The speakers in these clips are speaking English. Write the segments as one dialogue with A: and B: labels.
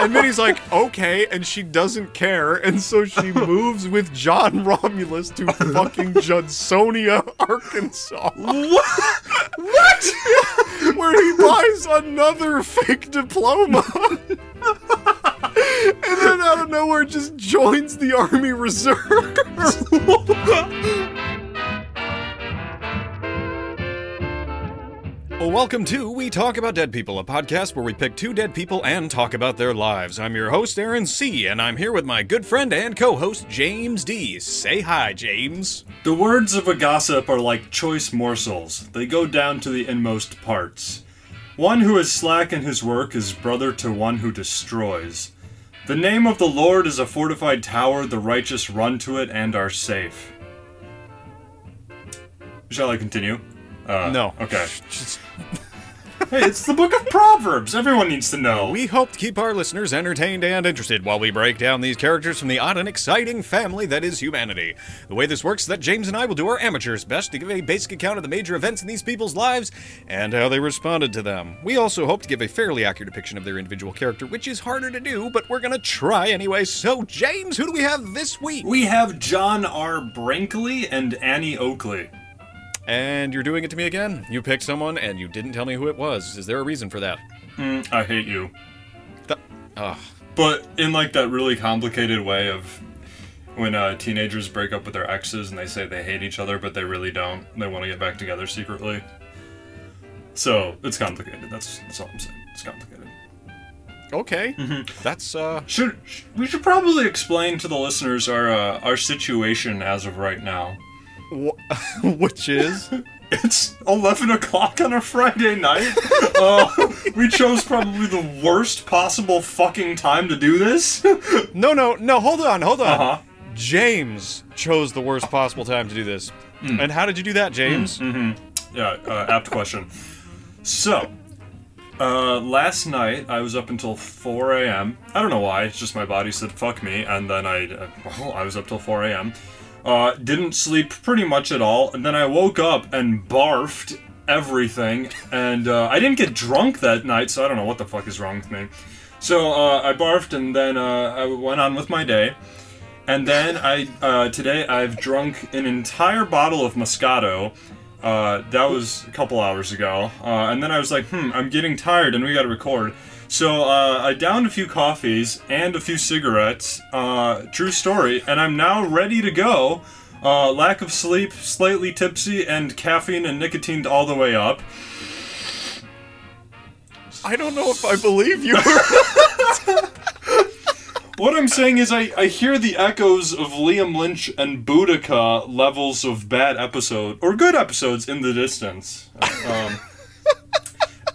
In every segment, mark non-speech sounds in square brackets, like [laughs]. A: And Minnie's like, okay, and she doesn't care, and so she moves with John Romulus to fucking Judsonia, Arkansas.
B: What?
A: What? Where he buys another fake diploma. [laughs] and then out of nowhere just joins the Army Reserve. Well, welcome to We Talk About Dead People, a podcast where we pick two dead people and talk about their lives. I'm your host, Aaron C., and I'm here with my good friend and co host, James D. Say hi, James.
B: the words of a gossip are like choice morsels. They go down to the inmost parts. One who is slack in his work is brother to one who destroys. The name of the Lord is a fortified tower, the righteous run to it and are safe. Shall I continue? Uh,
A: No.
B: Okay. Hey, it's the book of Proverbs. Everyone needs to know.
A: We hope to keep our listeners entertained and interested while we break down these characters from the odd and exciting family that is humanity. The way this works is that James and I will do our amateur's best to give a basic account of the major events in these people's lives and how they responded to them. We also hope to give a fairly accurate depiction of their individual character, which is harder to do, but we're gonna try anyway. So, James, who do we have this week?
B: We have John R. Brinkley and Annie Oakley.
A: And you're doing it to me again? You picked someone and you didn't tell me who it was. Is there a reason for that?
B: Mm, I hate you.
A: Th- uh, Ugh.
B: But in like that really complicated way of when uh, teenagers break up with their exes and they say they hate each other, but they really don't. and They want to get back together secretly. So it's complicated. That's that's all I'm saying. It's complicated.
A: Okay. That's, uh.
B: Should sh- we should probably explain to the listeners our uh, our situation as of right now.
A: Wh- [laughs] which is.
B: It's 11 o'clock on a Friday night. uh, we chose probably the worst possible fucking time to do this.
A: No, no, no, hold on, hold on.
B: Uh-huh.
A: James chose the worst possible time to do this.
B: Hmm.
A: And how did you do that, James?
B: Yeah, uh, apt question. So, uh, last night I was up until 4 a.m. I don't know why. It's just my body said fuck me, and then I uh, well, I was up till 4 a.m. Uh, didn't sleep pretty much at all, and then I woke up and barfed everything, and uh, I didn't get drunk that night, so I don't know what the fuck is wrong with me. So uh, I barfed, and then uh, I went on with my day. And then I uh, today I've drunk an entire bottle of Moscato. Uh, that was a couple hours ago. Uh, and then I was like, hmm, I'm getting tired, and we got to record. So uh, I downed a few coffees and a few cigarettes. Uh, true story. And I'm now ready to go. Uh, lack of sleep, slightly tipsy, and caffeine and nicotine all the way up.
A: I don't know if I believe
B: [laughs]
A: you.
B: What I'm saying is, I, I hear the echoes of Liam Lynch and Boudica levels of bad episode or good episodes in the distance. [laughs] Um,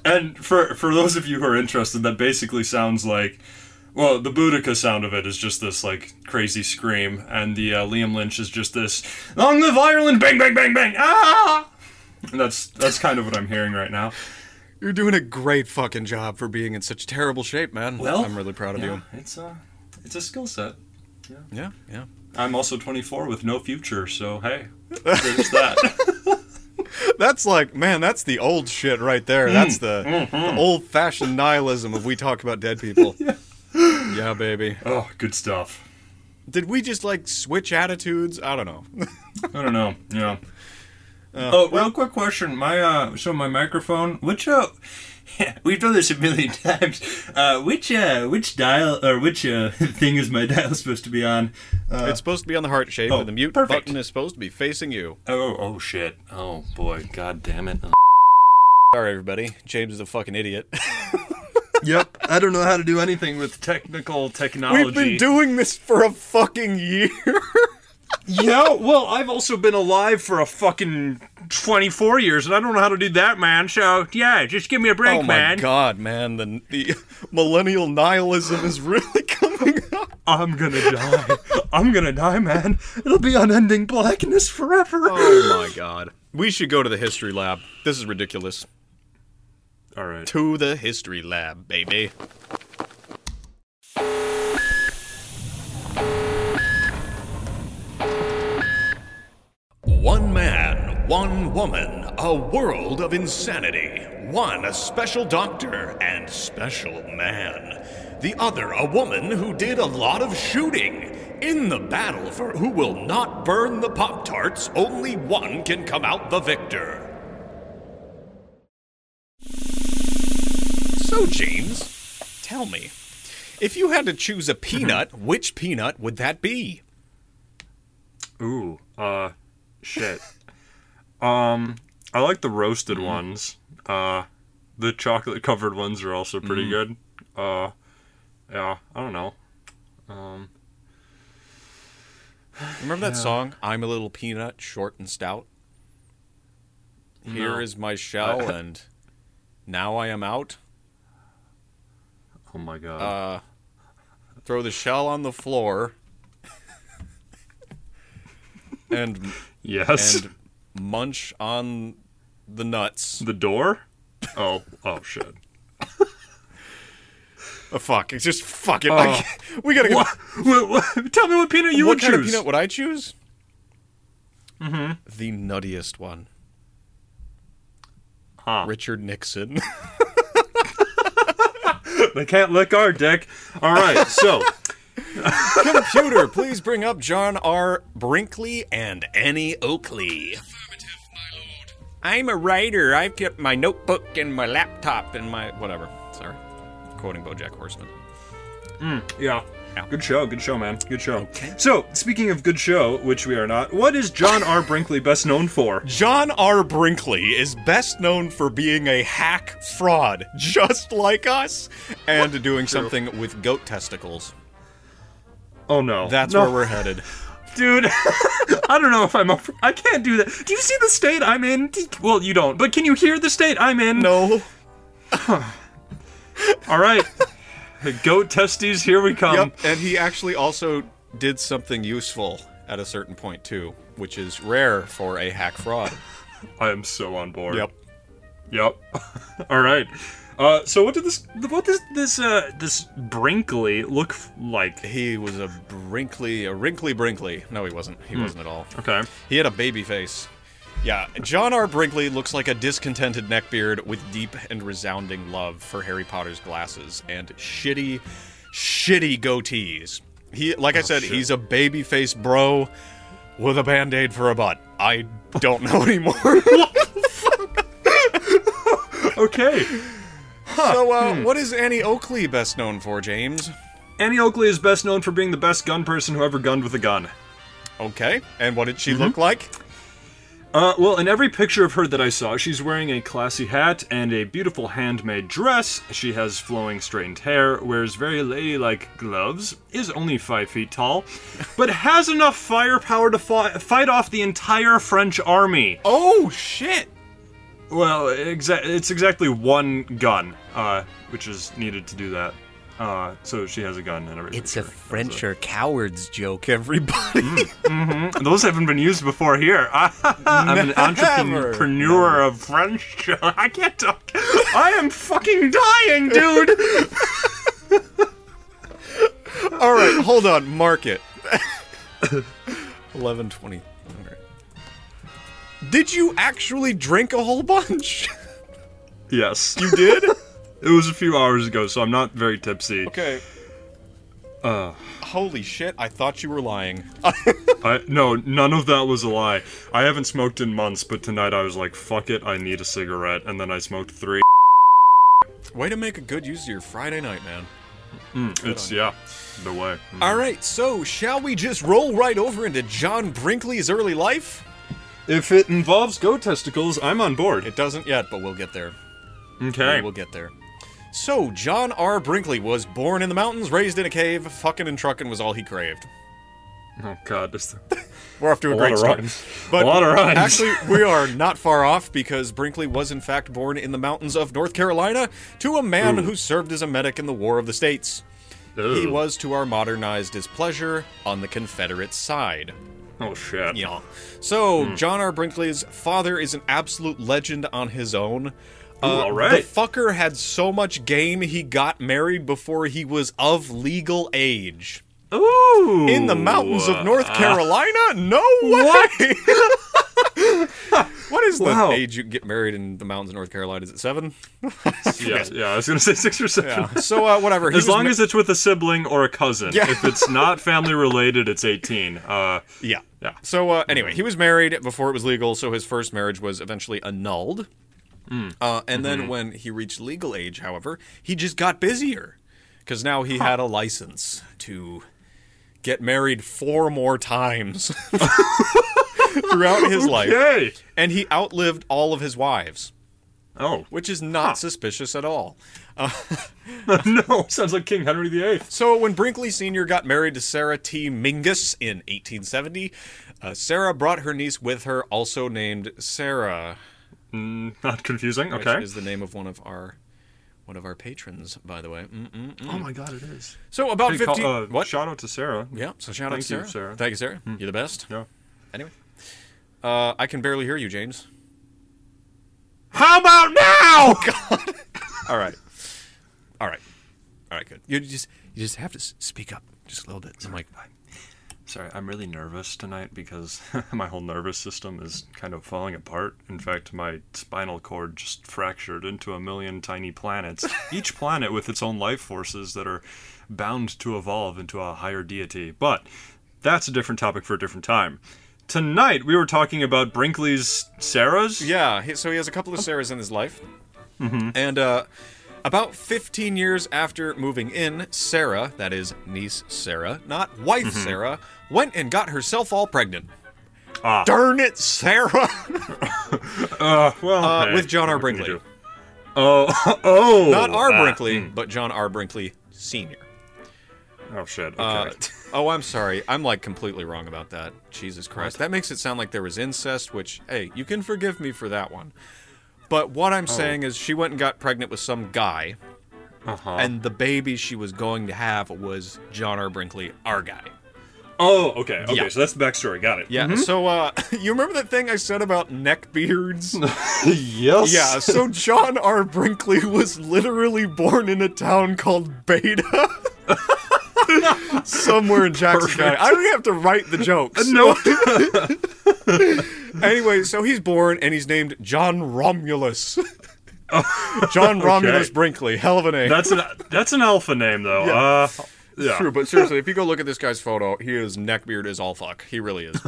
B: and for for those of you who are interested, that basically sounds like, well, the Boudica sound of it is just this like crazy scream, and the uh, Liam Lynch is just this "Long live Ireland!" Bang bang bang bang! Ah! And that's that's kind of what I'm hearing right now.
A: You're doing a great fucking job for being in such terrible shape, man.
B: Well,
A: I'm really proud of
B: Yeah, it's a it's a skill set.
A: you. Yeah, yeah.
B: I'm also 24 with no future, so hey, there's [laughs] that.
A: [laughs] That's like, man, that's the old shit right there.
B: Hmm,
A: That's the, the old fashioned nihilism of we talk about dead
B: [laughs]
A: people. [laughs] yeah. baby.
B: oh, good stuff.
A: Did we just like switch attitudes? I don't know.
B: I don't know. Yeah. oh, real quick question. My uh, so my microphone. Which uh, [laughs] we've done this a million [laughs] times. Uh, which uh, which dial or which uh [laughs] thing is my dial supposed to be on? Uh,
A: it's supposed to be on the heart shape,
B: oh,
A: and the mute
B: perfect.
A: button is supposed to be facing you.
B: oh, oh shit. Oh boy. God damn it.
A: Sorry, everybody. James is a fucking idiot. [laughs]
B: yep. I don't know how to do anything with technical technology.
A: We've been doing this for a fucking year. [laughs]
B: Yeah, well, I've also been alive for a fucking 24 years, and I don't know how to do that, man. So, yeah, just give me a break,
A: oh my god, man! The the [laughs] millennial nihilism is really [laughs] coming up.
B: I'm gonna die. I'm gonna die, man. It'll be unending blackness forever.
A: Oh my god. We should go to the history lab. This is ridiculous.
B: All right.
A: To the history lab, baby. One man, one woman, a world of insanity. One, a special doctor and special man. The other, a woman who did a lot of shooting. In the battle for who will not burn the Pop Tarts, only one can come out the victor. So, James, tell me, if you had to choose a peanut, which peanut would that be?
B: Ooh, uh, shit. um, I like the roasted
A: Mm-hmm.
B: ones. Uh, the chocolate covered ones are also
A: Mm.
B: pretty good. Uh, yeah, I don't know. Um,
A: Remember that song, I'm a Little Peanut, Short and Stout? Here
B: No.
A: is my [laughs] shell, and now I am out.
B: oh my god.
A: Uh, Throw the shell on the floor. and
B: yes.
A: and munch on the nuts.
B: [laughs] the door? Oh, oh shit.
A: Oh, fuck, it's just fucking. I
B: Oh.
A: can't- [laughs] we gotta go.
B: What? [laughs] What- what- Tell me what peanut you
A: what
B: would
A: kind of
B: choose.
A: peanut would I choose? Mm-hmm. The nuttiest one.
B: Huh.
A: Richard Nixon. [laughs]
B: They can't lick our dick. All [laughs] right, so
A: Computer, please bring up John R. Brinkley and Annie Oakley. I'm a writer. I've kept my notebook and my laptop and my whatever. Sorry. Quoting Bojack Horseman.
B: yeah.
A: Ow.
B: Good show, good show, man. Good show. So, speaking of good show, which we are not, what is John R. Brinkley best known for?
A: John R. Brinkley is best known for being a hack fraud, just like us, and doing something with goat testicles.
B: Oh no.
A: That's
B: No.
A: where we're headed.
B: dude. [laughs] I don't know if I'm up. For, I can't do that. Do you see the state I'm in? Do you- Well, you don't, but can you hear the state I'm
A: [laughs]
B: in?
A: No.
B: All right. Goat testes, here we come.
A: Yep, Um, and he actually also did something useful at a certain point, too, which is rare for a hack fraud.
B: I am so on board.
A: Yep.
B: Yep. [laughs] All right. Uh, so what did this? What does this? Uh, this Brinkley look f- like?
A: He was a Brinkley, a wrinkly Brinkley. No, he wasn't. He wasn't at all.
B: Okay.
A: He had a baby face. Yeah, John R. Brinkley looks like a discontented neckbeard with deep and resounding love for Harry Potter's glasses and shitty, shitty goatees. He, like I said,
B: shit.
A: he's a baby face bro with a band aid for a butt. I don't know [laughs] anymore.
B: Okay.
A: so, uh, what is Annie Oakley best known for, James?
B: Annie Oakley is best known for being the best gun person who ever gunned with a gun.
A: Okay, and what did she look like?
B: Uh, well, in every picture of her that I saw, she's wearing a classy hat and a beautiful handmade dress. She has flowing straightened hair, wears very ladylike gloves, is only five feet tall, but has enough firepower to fi- fight off the entire French army.
A: Oh shit!
B: Well, exa- it's exactly one gun, uh, which is needed to do that. Uh, so she has a gun and everything.
C: It's a Frencher coward's joke, everybody.
A: Hmm.
B: Those haven't been used before here. [laughs] I'm an entrepreneur of French. [laughs] I can't talk. I am fucking dying, dude.
A: All right, hold on. Mark it. Eleven twenty. All right. Did you actually drink a whole bunch?
B: [laughs] yes,
A: You did.
B: it was a few hours ago, so I'm not very tipsy.
A: okay. Uh. Holy shit! I thought you were lying.
B: I, no, none of that was a lie. I haven't smoked in months, but tonight I was like, "Fuck it, I need a cigarette," and then I smoked three.
A: Way to make a good use of your Friday night, man.
B: It's yeah, the way. Hmm.
A: All right. So shall we just roll right over into John Brinkley's early life?
B: If it involves goat testicles, I'm on board.
A: It doesn't yet, but we'll get there.
B: Okay.
A: We'll get there. So John R. Brinkley was born in the mountains, raised in a cave. Fucking and trucking was all he craved.
B: Oh God, [laughs] this.
A: We're off to a,
B: lot
A: great
B: of
A: start.
B: rhymes.
A: But
B: A lot of rhymes.
A: Actually, we are not far off because Brinkley was in fact born in the mountains of North Carolina to a man who served as a medic in the War of the States. He
B: Ew.
A: was to our modernized his pleasure on the Confederate side.
B: Oh shit.
A: Yeah. So John R. Brinkley's father is an absolute legend on his own.
B: all right.
A: The fucker had so much game he got married before he was of legal age.
B: Ooh.
A: In the mountains of North
B: Uh,
A: Carolina? No way.
B: What?
A: [laughs] What is the
D: Wow.
A: age you get married in the mountains of North Carolina? Is it seven?
D: yeah, yeah. I was gonna say six or seven.
A: [laughs] So uh, whatever. He
D: As
A: was
D: long
A: ma-
D: as it's with a sibling or a cousin.
A: Yeah.
D: If it's not family related, it's 18. Uh,
A: yeah.
D: Yeah.
A: So uh, anyway, he was married before it was legal, so his first marriage was eventually annulled.
D: Mm.
A: Uh,
D: Mm-hmm.
A: and then when he reached legal age, however, he just got busier because now he had a license to get married four
D: [laughs]
A: more times [laughs] throughout his life,
D: yay!
A: and he outlived all of his wives,
D: Oh,
A: which is not suspicious at all.
D: [laughs] no. Sounds like King Henry VIII.
A: So, when Brinkley Sr. got married to Sarah T. Mingus in 1870, uh, Sarah brought her niece with her, also named Sarah,
D: [laughs] Not confusing.
A: which
D: Okay.
A: is the name of one of our one of our patrons, by the way. Mm-mm.
D: oh my god, it is.
A: So, about
D: Hey,
A: 50.
D: call- uh,
A: what?
D: Shout out to Sarah.
A: yeah, so shout out
D: Thank you,
A: to Sarah. Hmm.
D: Sarah.
A: Thank you, Sarah. You're the best.
D: Yeah.
A: Anyway, uh, I can barely hear you, James.
D: How about
A: [laughs]
D: now?
A: All right. All right. All right, good. You just you just have to s- speak up just a little bit. I'm like,
D: Sorry, I'm really nervous tonight because [laughs] my whole nervous system is kind of falling apart. In fact, my spinal cord just fractured into a million tiny
A: [laughs]
D: planets, each planet with its own life forces that are bound to evolve into a higher deity. But that's a different topic for a different time. Tonight, we were talking about Brinkley's Sarahs.
A: Yeah, he, so he has a couple of Sarahs in his life.
D: Mm-hmm.
A: And uh, about 15 years after moving in, Sarah, that is niece Sarah, not wife Sarah, went and got herself all pregnant.
D: Ah.
A: Darn it, Sarah!
D: Uh, well,
A: Uh,
D: hey,
A: with John R.
D: what can you
A: Brinkley.
D: do? Oh, oh,
A: Not R.
D: ah,
A: Brinkley, but John R. Brinkley Sr.
D: Oh shit. Okay. [laughs]
A: Uh, [laughs] oh, I'm sorry. I'm like completely wrong about that. Jesus Christ. That makes it sound like there was incest, which, hey, you can forgive me for that one. But what
D: Oh.
A: I'm saying is she went and got pregnant with some guy.
D: uh-huh.
A: and the baby she was going to have was John R. Brinkley, our guy.
D: oh, okay. Okay,
A: Yeah.
D: so that's the backstory. Got it.
A: Yeah. So, uh, [laughs] you remember that thing I said about neck beards?
D: yes.
A: yeah. So John R. Brinkley was literally born in a town called [laughs] Beta. Somewhere in Jackson County. I don't even have to write the jokes.
D: No.
A: Uh, [laughs] Anyway, so he's born and he's named John Romulus. John Romulus Brinkley. Hell of a name.
D: That's an that's an alpha name though. Uh, yeah.
A: True, but seriously, if you go look at this guy's photo, he is neckbeard as all fuck. He really is.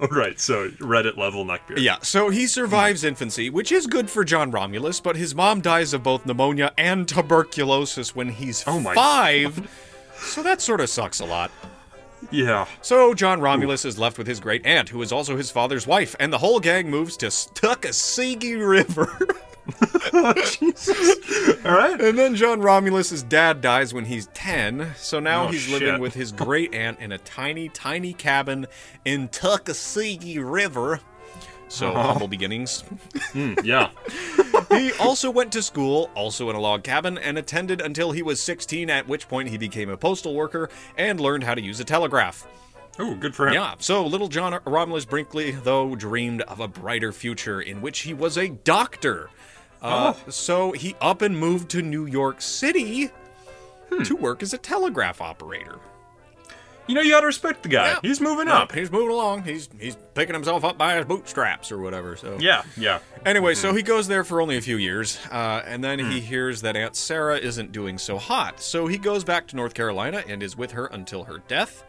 D: All right. So Reddit level neckbeard.
A: Yeah, so he survives infancy, which is good for John Romulus, but his mom dies of both pneumonia and tuberculosis when he's
D: Oh my
A: five. So that sort of sucks a lot.
D: Yeah.
A: So John Romulus is left with his great aunt, who is also his father's wife, and the whole gang moves to Tuckasegee [laughs] River.
D: All right.
A: and then John Romulus's dad dies when he's 10, so now
D: Oh,
A: he's living
D: shit.
A: with his great aunt in a tiny, tiny cabin in Tuckasegee River. So
D: Oh.
A: humble beginnings.
D: Hmm, Yeah.
A: He also went to school, also in a log cabin, and attended until he was 16, at which point he became a postal worker and learned how to use a telegraph.
D: Oh, good for him.
A: Yeah, so little John Romulus Brinkley, though, dreamed of a brighter future in which he was a doctor. Uh, So he up and moved to New York City to work as a telegraph operator.
D: You know, you gotta respect the guy.
A: Yeah.
D: He's moving
A: Yeah,
D: up.
A: he's moving along. He's he's picking himself up by his bootstraps or whatever. So
D: Yeah. Yeah.
A: Anyway, so he goes there for only a few years, uh, and then
D: Hmm.
A: he hears that Aunt Sarah isn't doing so hot. So he goes back to North Carolina and is with her until her death.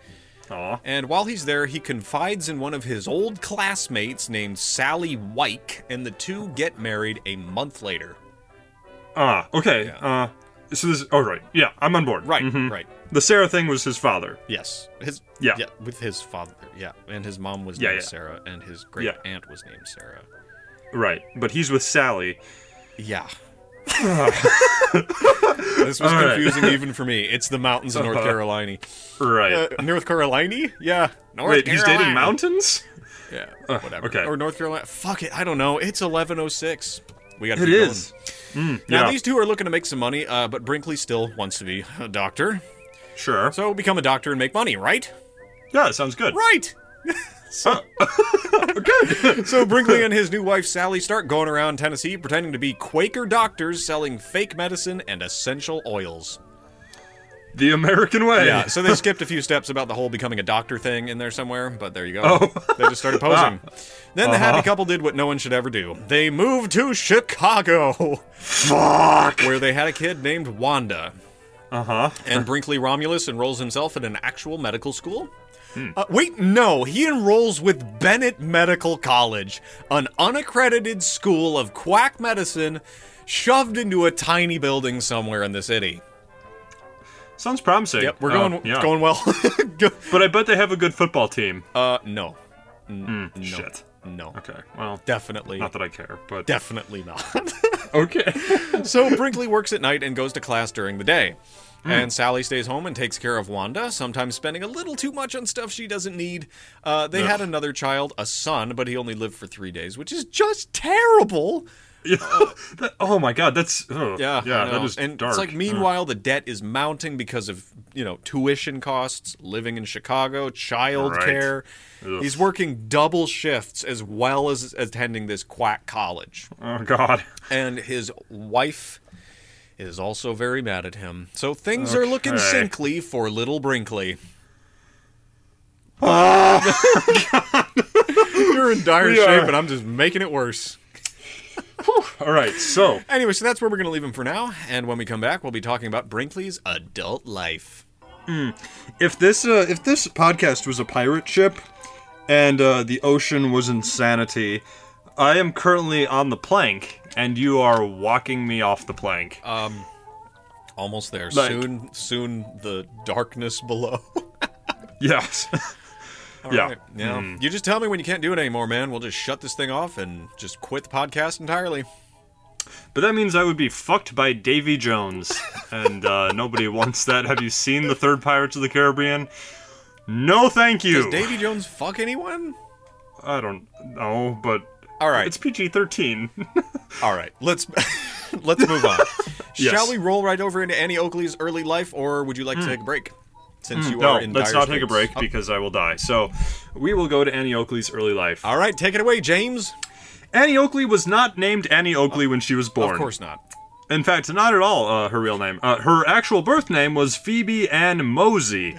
D: Aw.
A: And while he's there, he confides in one of his old classmates named Sally Wyke, and the two get married a month later.
D: Ah. Okay. Uh. So this. Oh right. Yeah. I'm on board.
A: Right,
D: Mhm.
A: right.
D: The Sarah thing was his father.
A: Yes. His
D: Yeah.
A: with his father. Yeah. And his mom was
D: Yeah,
A: named
D: yeah.
A: Sarah, and his great
D: Yeah.
A: aunt was named Sarah.
D: Right. But he's with Sally. [laughs]
A: Yeah. [laughs] this was
D: All right.
A: confusing even for me. It's the
D: [laughs]
A: mountains of North
D: Uh-huh.
A: Carolina.
D: Right.
A: Uh, North Carolina? Yeah. North
D: Wait. He's dating
A: Carolina.
D: mountains.
A: Yeah.
D: Uh,
A: whatever.
D: okay.
A: Or North Carolina. Fuck it. I don't know. It's 1106. We got
D: It is. Hmm,
A: Now
D: yeah.
A: these two are looking to make some money, uh, but Brinkley still wants to be a doctor.
D: Sure.
A: So become a doctor and make money, right?
D: yeah. That sounds good.
A: Right. [laughs]
D: [laughs] Good.
A: So Brinkley and his new wife Sally start going around Tennessee pretending to be Quaker doctors selling fake medicine and essential oils.
D: The American way. [laughs]
A: Yeah, so they skipped a few steps about the whole becoming a doctor thing in there somewhere, but there you go.
D: Oh.
A: They just
D: [laughs]
A: started posing.
D: Ah.
A: Then the
D: Uh-huh.
A: happy couple did what no one should ever do. They moved to
D: [laughs]
A: Chicago,
D: Fuck.
A: where they had a kid named Wanda.
D: Uh huh.
A: And Brinkley Romulus enrolls himself at an actual medical school?
D: Hmm.
A: Uh, wait, no, he enrolls with Bennett Medical College, an unaccredited school of quack medicine shoved into a tiny building somewhere in the city.
D: Sounds promising.
A: Yep, we're
D: Uh,
A: going
D: yeah.
A: going well. [laughs] Go-
D: But I bet they have a good football team.
A: uh no. N- no.
D: Shit.
A: Oh, No.
D: Okay. Well,
A: Definitely.
D: not that I care, but
A: Definitely
D: [laughs]
A: not.
D: okay.
A: [laughs] so Brinkley works at night and goes to class during the day.
D: Hmm.
A: And Sally stays home and takes care of Wanda, sometimes spending a little too much on stuff she doesn't need. Uh, they had another child, a son, but he only lived for three days, which is just terrible.
D: [laughs] Yeah. That- oh my god, that's ugh.
A: Yeah,
D: yeah,
A: I
D: that
A: know.
D: is
A: and
D: dark.
A: it's like meanwhile the debt is mounting because of you know tuition costs, living in Chicago, child
D: Right.
A: care.
D: Ugh.
A: He's working double shifts as well as attending this quack college.
D: oh god.
A: and his wife is also very mad at him. So things are looking
D: Okay.
A: sinkly for little
D: [laughs]
A: Brinkley. You're in dire
D: We
A: shape,
D: are-
A: and I'm just making it worse.
D: All right, so
A: Anyway, so that's where we're going to leave him for now. And when we come back, we'll be talking about Brinkley's adult life.
D: if this uh, if this podcast was a pirate ship and uh, the ocean was insanity, I am currently on the plank and you are walking me off the plank.
A: Almost there.
D: Like-
A: soon, soon the darkness below. [laughs]
D: yes.
A: All
D: yeah. Hmm.
A: right. Yeah. You just tell me when you can't do it anymore, man. We'll just shut this thing off and just quit the podcast entirely.
D: But that means I would be fucked by Davy
A: [laughs]
D: Jones, and uh, nobody wants that. Have you seen the third Pirates of the Caribbean? No, thank you.
A: Does Davy Jones fuck anyone?
D: I don't know, but
A: All right.
D: it's PG thirteen.
A: All right, let's [laughs] let's move on.
D: [laughs] Yes. Hmm.
A: Shall we roll right over into Annie Oakley's early life, or would you like to take a break? Since you
D: no,
A: are in
D: let's
A: dire
D: not take a
A: straits.
D: break
A: Oh,
D: because I will die. So, we will go to Annie Oakley's early life.
A: All right, take it away, James.
D: Annie Oakley was not named Annie Oakley when she was born.
A: Of course not.
D: In fact, not at all uh, her real name. Uh, her actual birth name was Phoebe Ann
A: [laughs]
D: Mosey.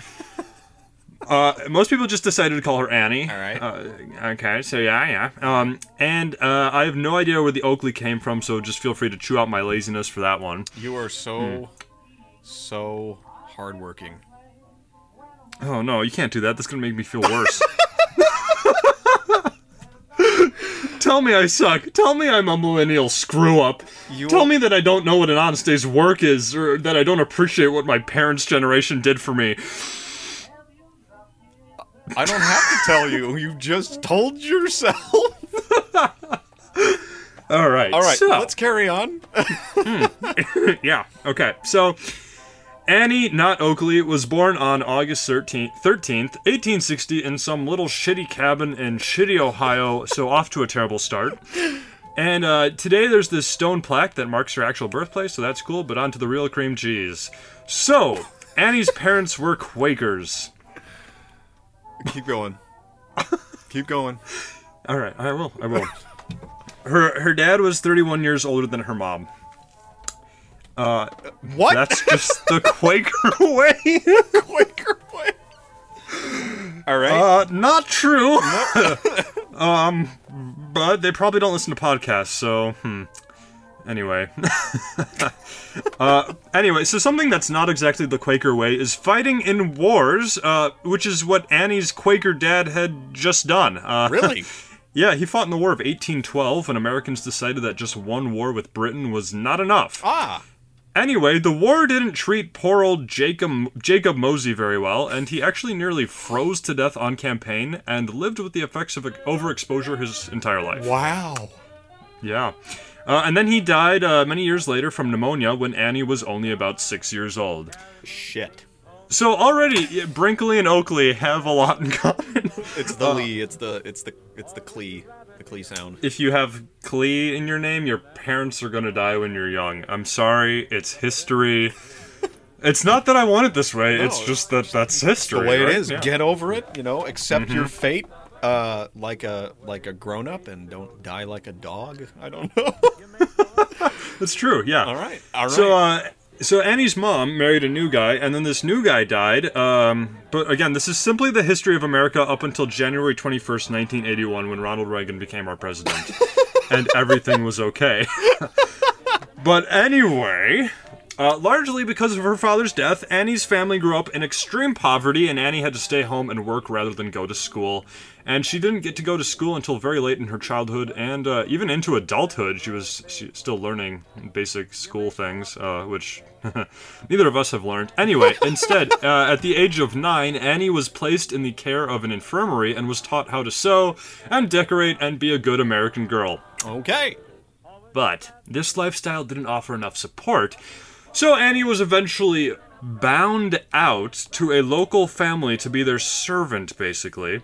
D: Uh, most people just decided to call her Annie.
A: All right.
D: Uh, okay, so yeah, yeah. Um, and uh, I have no idea where the Oakley came from, so just feel free to chew out my laziness for that one.
A: You are so
D: hmm.
A: so hardworking.
D: Oh no, you can't do that. That's gonna make me feel
A: [laughs]
D: worse. Tell me I suck. Tell me I'm a millennial screw up.
A: You-
D: Tell me that I don't know what an honest day's work is, or that I don't appreciate what my parents' generation did for me.
A: I don't have to tell you. You just told yourself.
D: [laughs] All right.
A: All right,
D: So,
A: [laughs] let's carry on.
D: yeah. Okay. So Annie, not Oakley, was born on August 13th, 13th, 1860, in some little shitty cabin in shitty Ohio. So off to a terrible start. And uh, today there's this stone plaque that marks her actual birthplace, so that's cool. But on to the real cream cheese. So Annie's parents were Quakers. [laughs]
A: Keep going. Keep going.
D: All right, I will. I will. Her her dad was 31 years older than her mom.
A: What? [laughs]
D: That's just the Quaker [laughs] way.
A: Quaker way. All right.
D: Uh, not true. [laughs] um, but they probably don't listen to podcasts, so hmm. Anyway. [laughs] uh, anyway, so something that's not exactly the Quaker way is fighting in wars, uh, which is what Annie's Quaker dad had just done. Uh, [laughs]
A: really?
D: yeah, he fought in the War of 1812 when Americans decided that just one war with Britain was not enough.
A: Ah.
D: Anyway, the war didn't treat poor old Jacob Jacob Mosey very well, and he actually nearly froze to death on campaign and lived with the effects of overexposure his entire life.
A: Wow.
D: Yeah. Uh, and then he died uh, many years later from pneumonia when Annie was only about six years old.
A: Shit.
D: So already, yeah, Brinkley and Oakley have a lot in [laughs] common.
A: It's the Lee. It's the it's the it's the Klee. The Klee sound.
D: if you have Klee in your name, your parents are gonna die when you're young. I'm sorry, it's history. It's not that I want it this way. it's
A: No,
D: just that that's history.
A: The way
D: right?
A: it is.
D: Yeah. Mm-hmm.
A: Get over it. You know, accept your fate. Uh, like a like a grown up and don't die like a dog. I don't know.
D: That's true. Yeah.
A: [laughs] All right. All right.
D: So uh, so Annie's mom married a new guy, and then this new guy died. Um, but again, this is simply the history of America up until January 21st, 1981, when Ronald Reagan became our
A: [laughs]
D: president, and everything was okay. [laughs] but anyway. Uh, largely because of her father's death, Annie's family grew up in extreme poverty, and Annie had to stay home and work rather than go to school. And she didn't get to go to school until very late in her childhood, and uh, even into adulthood, she was she, still learning basic school things, uh, which [laughs] neither of us have learned. Anyway, instead, uh, at the age of nine, Annie was placed in the care of an infirmary and was taught how to sew and decorate and be a good American girl.
A: Okay.
D: But this lifestyle didn't offer enough support, so Annie was eventually bound out to a local family to be their servant, basically.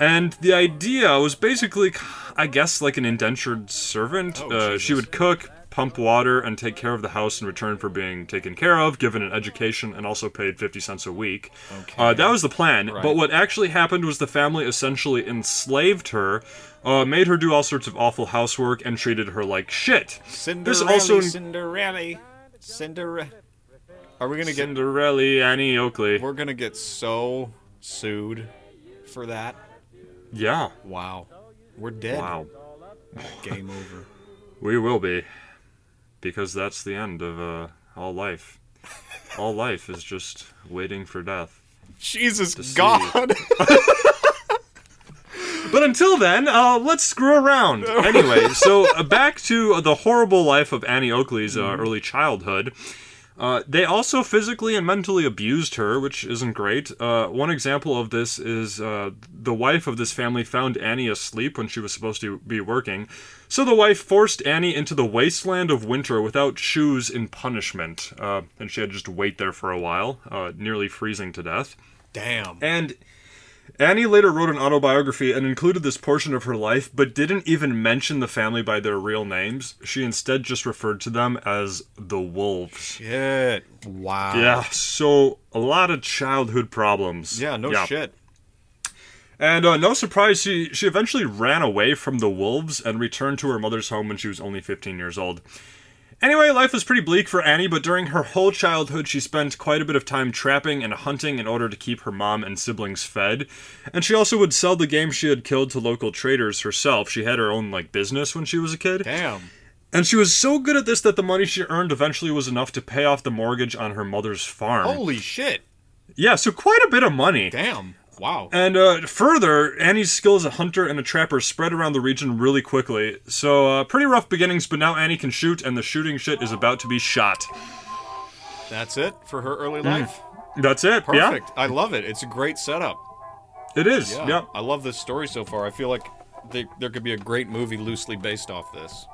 D: And the idea was basically, I guess, like an indentured servant.
A: Oh,
D: uh, she
A: Jesus.
D: would cook, pump water, and take care of the house in return for being taken care of, given an education, and also paid 50 cents a week. Uh, that was the plan. But what actually happened was the family essentially enslaved her, uh, made her do all sorts of awful housework, and treated her like shit.
A: Cinderella, Cinderella, Cinderella. Are we gonna get?
D: Cinderella Annie Oakley.
A: We're gonna get so sued for that.
D: Yeah.
A: Wow. We're dead.
D: Wow. [laughs]
A: Game over.
D: We will be. Because that's the end of uh, all life. All life is just waiting for death.
A: Jesus
D: see. [laughs]
A: God.
D: But until then, uh, let's screw around. Anyway, so uh, back to uh, the horrible life of Annie Oakley's uh, early childhood. Uh, they also physically and mentally abused her, which isn't great. Uh, one example of this is uh, the wife of this family found Annie asleep when she was supposed to be working. So the wife forced Annie into the wasteland of winter without shoes in punishment. Uh, and she had to just wait there for a while, uh, nearly freezing to death.
A: Damn.
D: And Annie later wrote an autobiography and included this portion of her life, but didn't even mention the family by their real names. She instead just referred to them as the Wolves.
A: Shit. Wow.
D: Yeah, so a lot of childhood problems.
A: Yeah, no shit.
D: And uh, no surprise, she, she eventually ran away from the wolves and returned to her mother's home when she was only 15 years old. Anyway, life was pretty bleak for Annie, but during her whole childhood, she spent quite a bit of time trapping and hunting in order to keep her mom and siblings fed. And she also would sell the game she had killed to local traders herself. She had her own, like, business when she was a kid.
A: Damn.
D: And she was so good at this that the money she earned eventually was enough to pay off the mortgage on her mother's farm.
A: Holy shit.
D: Yeah, so quite a bit of money.
A: Damn. Wow.
D: And uh, further, Annie's skill as a hunter and a trapper spread around the region really quickly. So, uh, pretty rough beginnings, but now Annie can shoot, and the shooting shit is about to be shot.
A: That's it for her early life.
D: That's it.
A: Perfect. I love it. It's a great setup.
D: Yeah, it is.
A: Yeah.
D: Yep.
A: I love this story so far. I feel like they, there could be a great movie loosely based off this.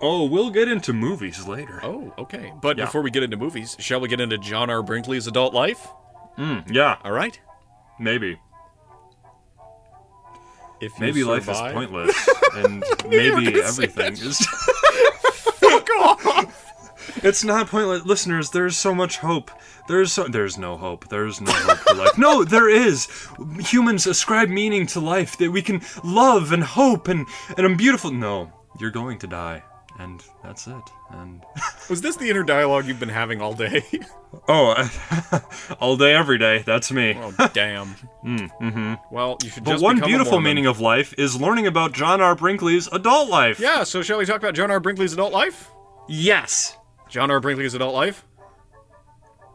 D: Oh, we'll get into movies later.
A: Oh, okay. But
D: Yeah.
A: before we get into movies, shall we get into John R. Brinkley's adult life?
D: Hmm. Yeah,
A: All right.
D: maybe.
A: If you
D: Maybe life is
A: survive- [laughs]
D: pointless, and maybe everything is. Fuck off. It's not pointless, listeners. There's so much hope. There's so there's no hope. There's no hope for life. No, there is. Humans ascribe meaning to life that we can love and hope and and I'm beautiful. No, you're going to die, and that's it. And [laughs]
A: Was this the inner dialogue you've been having all day? [laughs]
D: oh, [laughs] all day, every day. That's me.
A: oh, damn. mm-hmm. Well, you should
D: But
A: just
D: one
A: become a
D: beautiful
A: Mormon.
D: meaning of life is learning about John R. Brinkley's adult life.
A: Yeah, so shall we talk about John R. Brinkley's adult life?
D: Yes.
A: John R. Brinkley's adult life?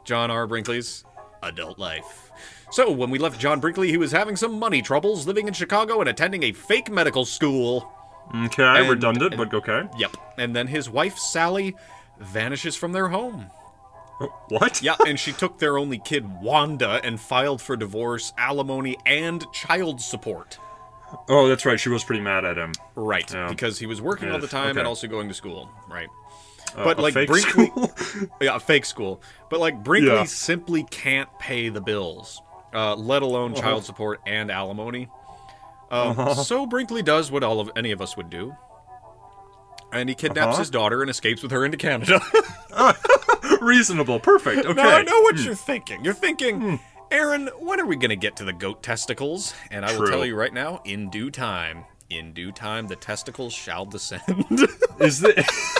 A: John R. Brinkley's adult life. So, when we left John Brinkley, he was having some money troubles, living in Chicago and attending a fake medical school.
D: Okay, redundant, but okay.
A: Yep. And then his wife, Sally, vanishes from their home.
D: What?
A: Yeah, and she took their only kid, Wanda, and filed for divorce, alimony, and child support.
D: Oh, that's right. She was pretty mad at him. [laughs]
A: Right,
D: Yeah.
A: because he was working all the
D: Yes,
A: time and
D: okay. Uh,
A: also going to school. Right. but
D: A
A: like
D: fake
A: Brinkley,
D: school?
A: [laughs] yeah, fake school. But like Brinkley
D: Yeah.
A: simply can't pay the bills, uh, let alone
D: Uh-huh.
A: child support and alimony. Um, So Brinkley does what all of any of us would do, and he kidnaps
D: Uh-huh.
A: his daughter and escapes with her into Canada. [laughs]
D: Reasonable. Perfect. Okay.
A: now I know
D: Hmm.
A: what you're thinking. You're thinking, Aaron, when are we going to get to the goat testicles? And I will
D: True.
A: tell you right now, in due time. In due time, the testicles [laughs] shall descend.
D: Is this?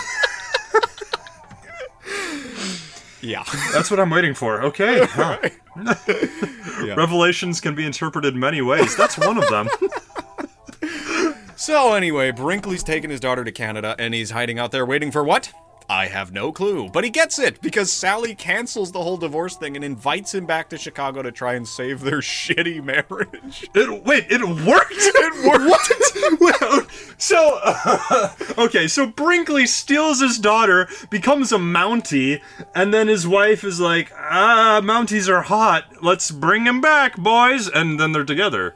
A: Yeah.
D: [laughs]
A: [laughs]
D: That's what I'm waiting for. Okay. huh. [laughs] Revelations can be interpreted many ways. That's one of
A: [laughs]
D: them.
A: So anyway, Brinkley's taken his daughter to Canada and he's hiding out there waiting for what? I have no clue. But he gets it because Sally cancels the whole divorce thing and invites him back to Chicago to try and save their [laughs] shitty marriage.
D: It, wait, it
A: [laughs]
D: worked. It worked. so, uh, [laughs] okay, so Brinkley steals his daughter, becomes a Mountie, and then his wife is like, "Ah, Mounties are hot. Let's bring him back, boys." And then they're together.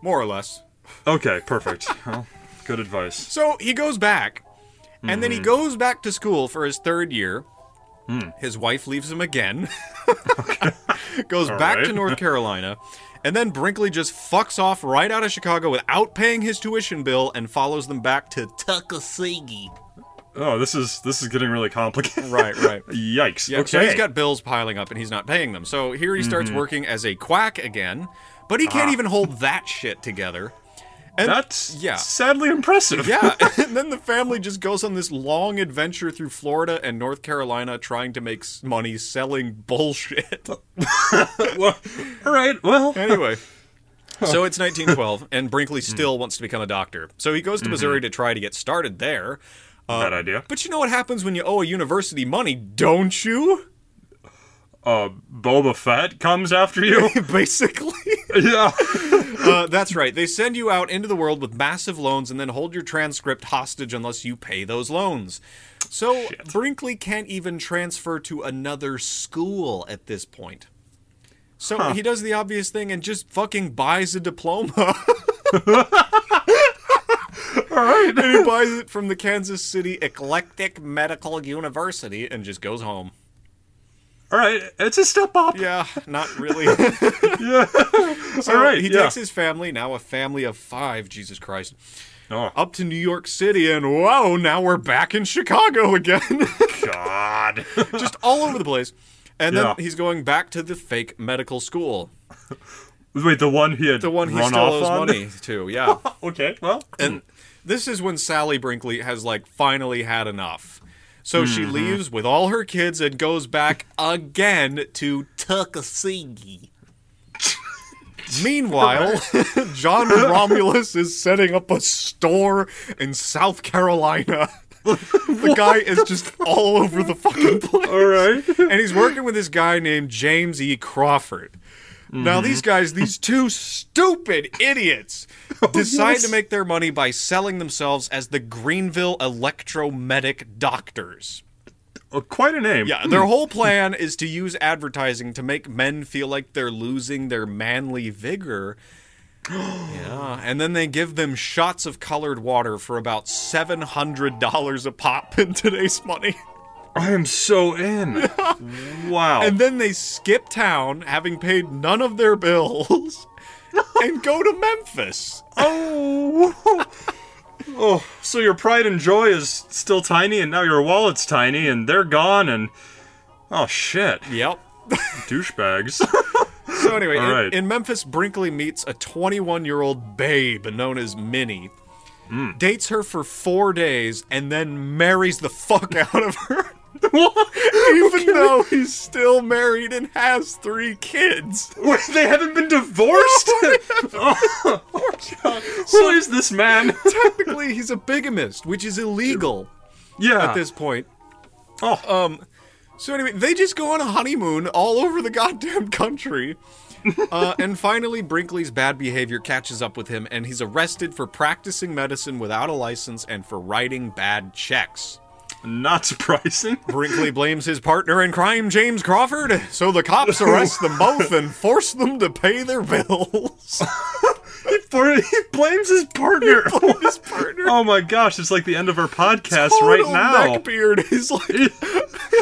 A: More or less.
D: Okay,
A: [laughs]
D: perfect. well, good advice.
A: So he goes back, and then
D: Mm-hmm.
A: he goes back to school for his third year.
D: Hmm.
A: His wife leaves him again, [laughs] goes back to
D: right.
A: North Carolina, and then Brinkley just fucks off right out of Chicago without paying his tuition bill and follows them back to Tuckasegee.
D: Oh, this is this is getting really complicated.
A: Right, right.
D: Yikes.
A: [laughs] Yeah,
D: okay.
A: so he's got bills piling up and he's not paying them. So here he starts working as a quack again, but he can't even hold that shit together. And
D: That's
A: yeah.
D: sadly impressive. [laughs]
A: [laughs] yeah, [laughs] and then the family just goes on this long adventure through Florida and North Carolina trying to make s- money selling [laughs] bullshit.
D: well, all right. Well,
A: Anyway, so it's 1912 and Brinkley still wants to become a doctor. So he goes to Missouri to try to get started there. Uh,
D: bad idea.
A: But you know what happens when you owe a university money, don't you?
D: Uh, Boba Fett comes after you. [laughs]
A: [laughs] Basically.
D: yeah.
A: Uh, that's right. They send you out into the world with massive loans and then hold your transcript hostage unless you pay those loans. So Brinkley can't even transfer to another school at this point. So he does the obvious thing and just fucking buys a diploma. [laughs]
D: All right.
A: [laughs] he buys it from the Kansas City Eclectic Medical University and just goes home.
D: All right. It's a step up.
A: Yeah,
D: [laughs]
A: not really. [laughs] So
D: All right.
A: he
D: yeah.
A: takes his family, now a family of five, Jesus Christ,
D: oh
A: up to New York City, and whoa, now we're back in Chicago again. [laughs]
D: God.
A: just all over the place. And then
D: Yeah.
A: he's going back to the fake medical school,
D: Wait, the one he had
A: the one he
D: run
A: still
D: off
A: owes
D: on?
A: money to. Yeah,
D: [laughs] Okay. Well.
A: and this is when Sally Brinkley has like finally had enough. So she leaves with all her kids and goes back again to Tuckasegee. Meanwhile, John Romulus is setting up a store in South Carolina. The guy is just all over the fucking place.
D: All right.
A: and he's working with this guy named James E. Crawford. Now these guys, these two stupid idiots, decide
D: yes.
A: to make their money by selling themselves as the Greenville Electromedic Doctors.
D: Oh, quite a name.
A: Yeah, their whole plan is to use advertising to make men feel like they're losing their manly vigor. Yeah, and then they give them shots of colored water for about $700 a pop in today's money. [laughs]
D: I am so in. Wow.
A: And then they skip town, having paid none of their bills, and go to Memphis.
D: oh. [laughs] oh. So your pride and joy is still tiny, and now your wallet's tiny, and they're gone, and oh shit,
A: Yep. [laughs]
D: douchebags. [laughs]
A: So anyway, in,
D: right.
A: in Memphis, Brinkley meets a 21-year-old babe known as Minnie, dates her for four days, and then marries the fuck out of her. [laughs] Even though he's still married and has three
D: [laughs]
A: kids.
D: Wait, they haven't been divorced? [laughs] oh, God. [laughs] Who is this
A: [laughs]
D: man?
A: Technically, he's a bigamist, which is illegal.
D: yeah.
A: at this point.
D: Oh.
A: Um. So anyway, they just go on a honeymoon all over the [laughs] goddamn country. uh, and finally, Brinkley's bad behavior catches up with him, and he's arrested for practicing medicine without a license and for writing bad checks.
D: Not surprising. [laughs]
A: Brinkley blames his partner in crime, James Crawford, so the cops arrest them both and force them to pay their bills. [laughs]
D: For he blames his partner.
A: his partner,
D: oh my gosh, it's like the end of our podcast
A: total
D: right
A: neckbeard, is like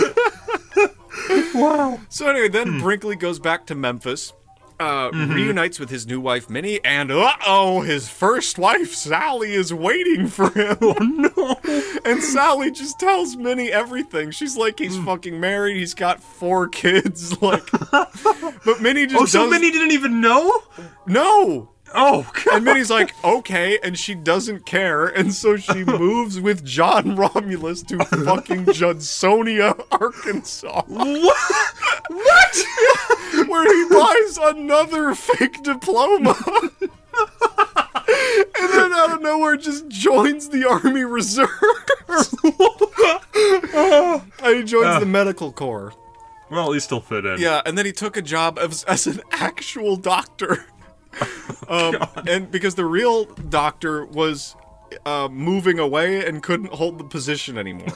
A: [laughs]
D: now. Wow.
A: So anyway, then
D: Hmm.
A: Brinkley goes back to Memphis, uh,
D: Mm-hmm.
A: reunites with his new wife Minnie, and uh-oh, his first wife Sally is waiting for him.
D: Oh,
A: [laughs] And Sally just tells Minnie everything. She's like, he's
D: Hmm.
A: fucking married. He's got four [laughs] kids. Like, but Minnie just
D: Oh, so
A: does
D: many didn't even know?
A: no.
D: Oh, God.
A: And Minnie's like, okay, and she doesn't care, and so she moves with John Romulus to fucking Judsonia, Arkansas,
D: What?
A: where he buys another fake diploma. [laughs] and then out of nowhere just joins the Army Reserve. [laughs] and he joins the medical corps.
D: Well, at least he'll fit in.
A: Yeah, and then he took a job as, [laughs] as an
D: [laughs]
A: actual
D: Oh,
A: doctor. Um, and because the real doctor was uh, moving away and couldn't hold the position anymore.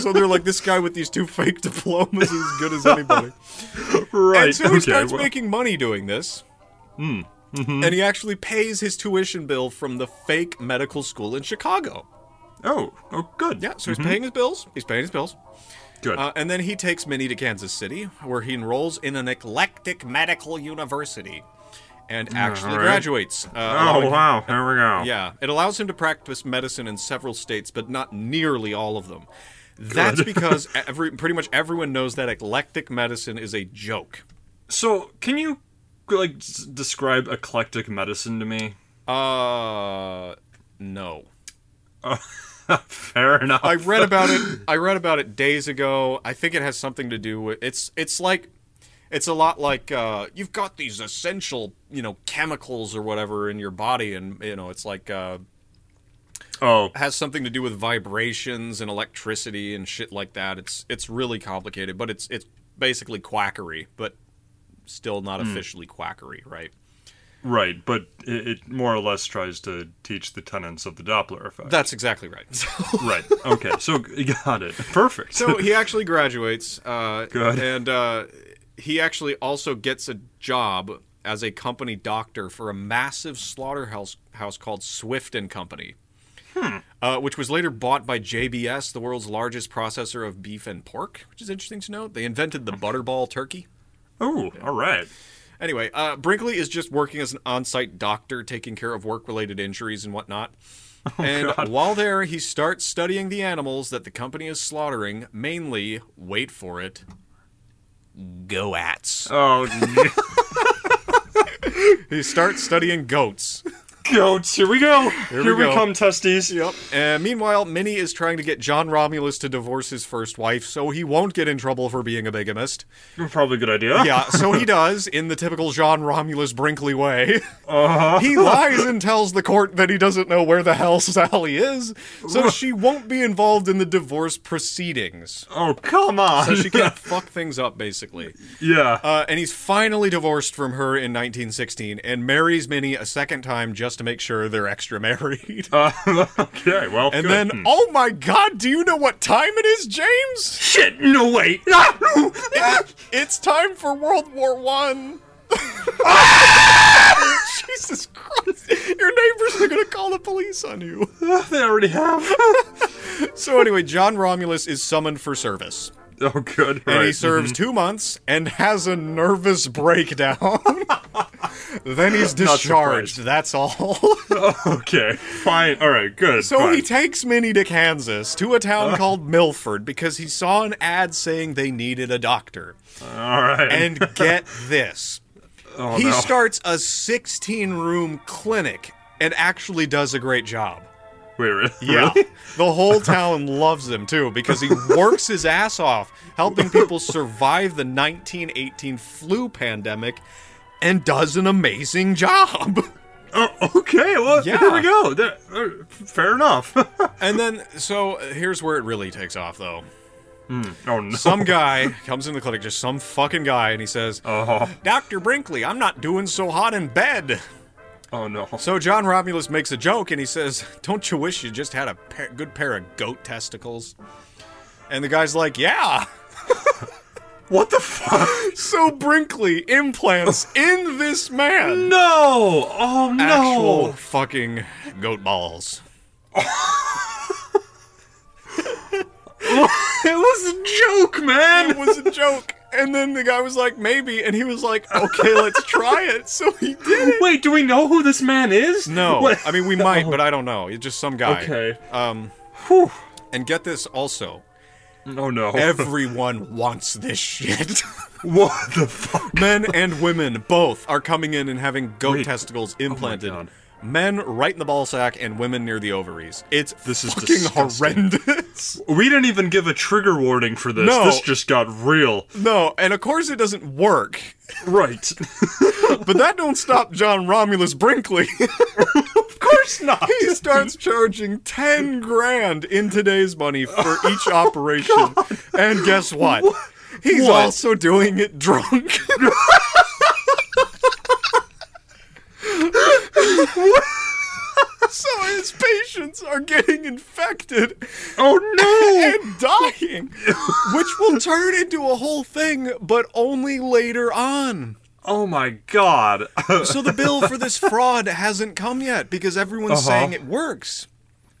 A: so they're like, this guy with these two fake [laughs] diplomas is as good as anybody.
D: [laughs] Right.
A: And so he
D: okay.
A: starts
D: well, Hmm, mm-hmm.
A: making money doing this. And he actually pays his tuition bill from the fake medical school in Chicago.
D: oh, oh, good.
A: Yeah, so he's paying his bills. He's paying his bills.
D: Good.
A: Uh, and then he takes Minnie to Kansas City, where he enrolls in an eclectic medical university and actually
D: all right.
A: graduates. Uh,
D: oh,
A: allowing-
D: wow. Here we go.
A: Yeah, it allows him to practice medicine in several states, but not nearly all of them.
D: [laughs]
A: That's because every pretty much everyone knows that eclectic medicine is a joke.
D: So, can you like s- describe eclectic medicine to me?
A: Uh, no.
D: Fair enough.
A: I read about it. I read about it days ago. I think it has something to do with it's. It's like, it's a lot like uh, you've got these essential, you know, chemicals or whatever in your body, and you know, it's like uh,
D: oh,
A: has something to do with vibrations and electricity and shit like that. It's it's really complicated, but it's it's basically quackery, but still not officially quackery, right?
D: right, but it, it more or less tries to teach the tenets of the Doppler
A: [laughs]
D: effect.
A: That's exactly right. So,
D: right. Okay. So, got it. Perfect.
A: so he actually graduates, uh,
D: Good.
A: and uh, he actually also gets a job as a company doctor for a massive slaughterhouse house called Swift and Company. Uh, which was later bought by JBS, the world's largest processor of beef and pork, which is interesting to note. They invented the butterball turkey.
D: oh, all right.
A: Anyway, uh, Brinkley is just working as an on site doctor, taking care of work related injuries and whatnot. and while there, he starts studying the animals that the company is slaughtering, mainly, wait for it, goats.
D: Oh,
A: He starts studying goats.
D: [laughs] goats. Here we go. Here,
A: we
D: we,
A: go.
D: come, testes.
A: Yep. And meanwhile, Minnie is trying to get John Romulus to divorce his first wife so he won't get in trouble for being a bigamist.
D: Probably a good idea.
A: Yeah,
D: [laughs]
A: so he does in the typical John Romulus Brinkley way.
D: Uh-huh.
A: He lies and tells the court that he doesn't know where the hell [laughs] Sally is, so she won't be involved in the
D: [laughs]
A: divorce proceedings.
D: Oh, come on.
A: So she can't fuck things up, basically.
D: [laughs] yeah.
A: Uh, and he's finally divorced from her in 1916 and marries Minnie a second time just to make sure they're extra married.
D: okay. Well.
A: and
D: Ah, good. Hmm.
A: then, oh my god, do you know what time it is, James?
D: shit. No wait. [laughs] Ah, no.
A: It's time for World War One. [laughs] Jesus Christ! Your neighbors are gonna call the police on you.
D: they already
A: [laughs]
D: have.
A: So anyway, John Romulus is summoned for service,
D: Oh, good.
A: and he
D: right.
A: serves two months and has a nervous breakdown. [laughs] then he's [laughs] discharged. That's all. [laughs]
D: Okay. Fine. All right. Good.
A: so
D: fine.
A: he takes Minnie to Kansas to a town called Milford because he saw an ad saying they needed a doctor.
D: All right.
A: [laughs] And Oh, get this. he
D: no.
A: starts a 16 room clinic and actually does a great job.
D: Wait, really?
A: The [laughs] whole town loves him too because he works his ass off helping people survive the 1918 flu pandemic and does an amazing job. [laughs]
D: Oh, okay. Well,
A: Yeah.
D: here we go. That- uh, fair enough. [laughs]
A: And then, so here's where it really takes off though.
D: oh no.
A: Some guy comes in the clinic, just some fucking guy, and he says,
D: oh,
A: Dr. Brinkley, I'm not doing so hot in bed.
D: oh no.
A: So John Romulus makes a joke and he says, "Don't you wish you just had a pair, good pair of goat testicles?" And the guy's like, "Yeah." [laughs]
D: What the fuck?
A: So Brinkley [laughs] implants in this man
D: No. Oh no.
A: actual fucking goat balls.
D: It was a joke, man.
A: It was a joke. And then the guy was like, "Maybe," and he was like, "Okay, let's try it." So he did.
D: [laughs] Wait, do we know who this man is?
A: No,
D: What-
A: [laughs] I mean we might, but I don't know. It's just some guy.
D: Okay.
A: And get this also.
D: Oh no.
A: Everyone wants this shit. [laughs]
D: what the fuck?
A: Men and women both are coming in and having goat
D: Wait.
A: testicles implanted.
D: God.
A: Men right in the ball sack and women near the ovaries. It's
D: This is
A: fucking
D: disgusting.
A: horrendous.
D: We didn't even give a trigger warning for this.
A: No.
D: This just got real.
A: [laughs] no, and of course it doesn't work.
D: [laughs] Right.
A: But that don't stop John Romulus Brinkley. [laughs]
D: of course not.
A: he starts charging 10 grand in today's money for each operation. and guess what? He's
D: What?
A: also doing it drunk. so his patients are getting infected
D: Oh
A: and dying, which will turn into a whole thing, but only later on.
D: oh my [laughs] god.
A: So the bill for this fraud hasn't come yet because everyone's
D: Uh-huh.
A: saying it works.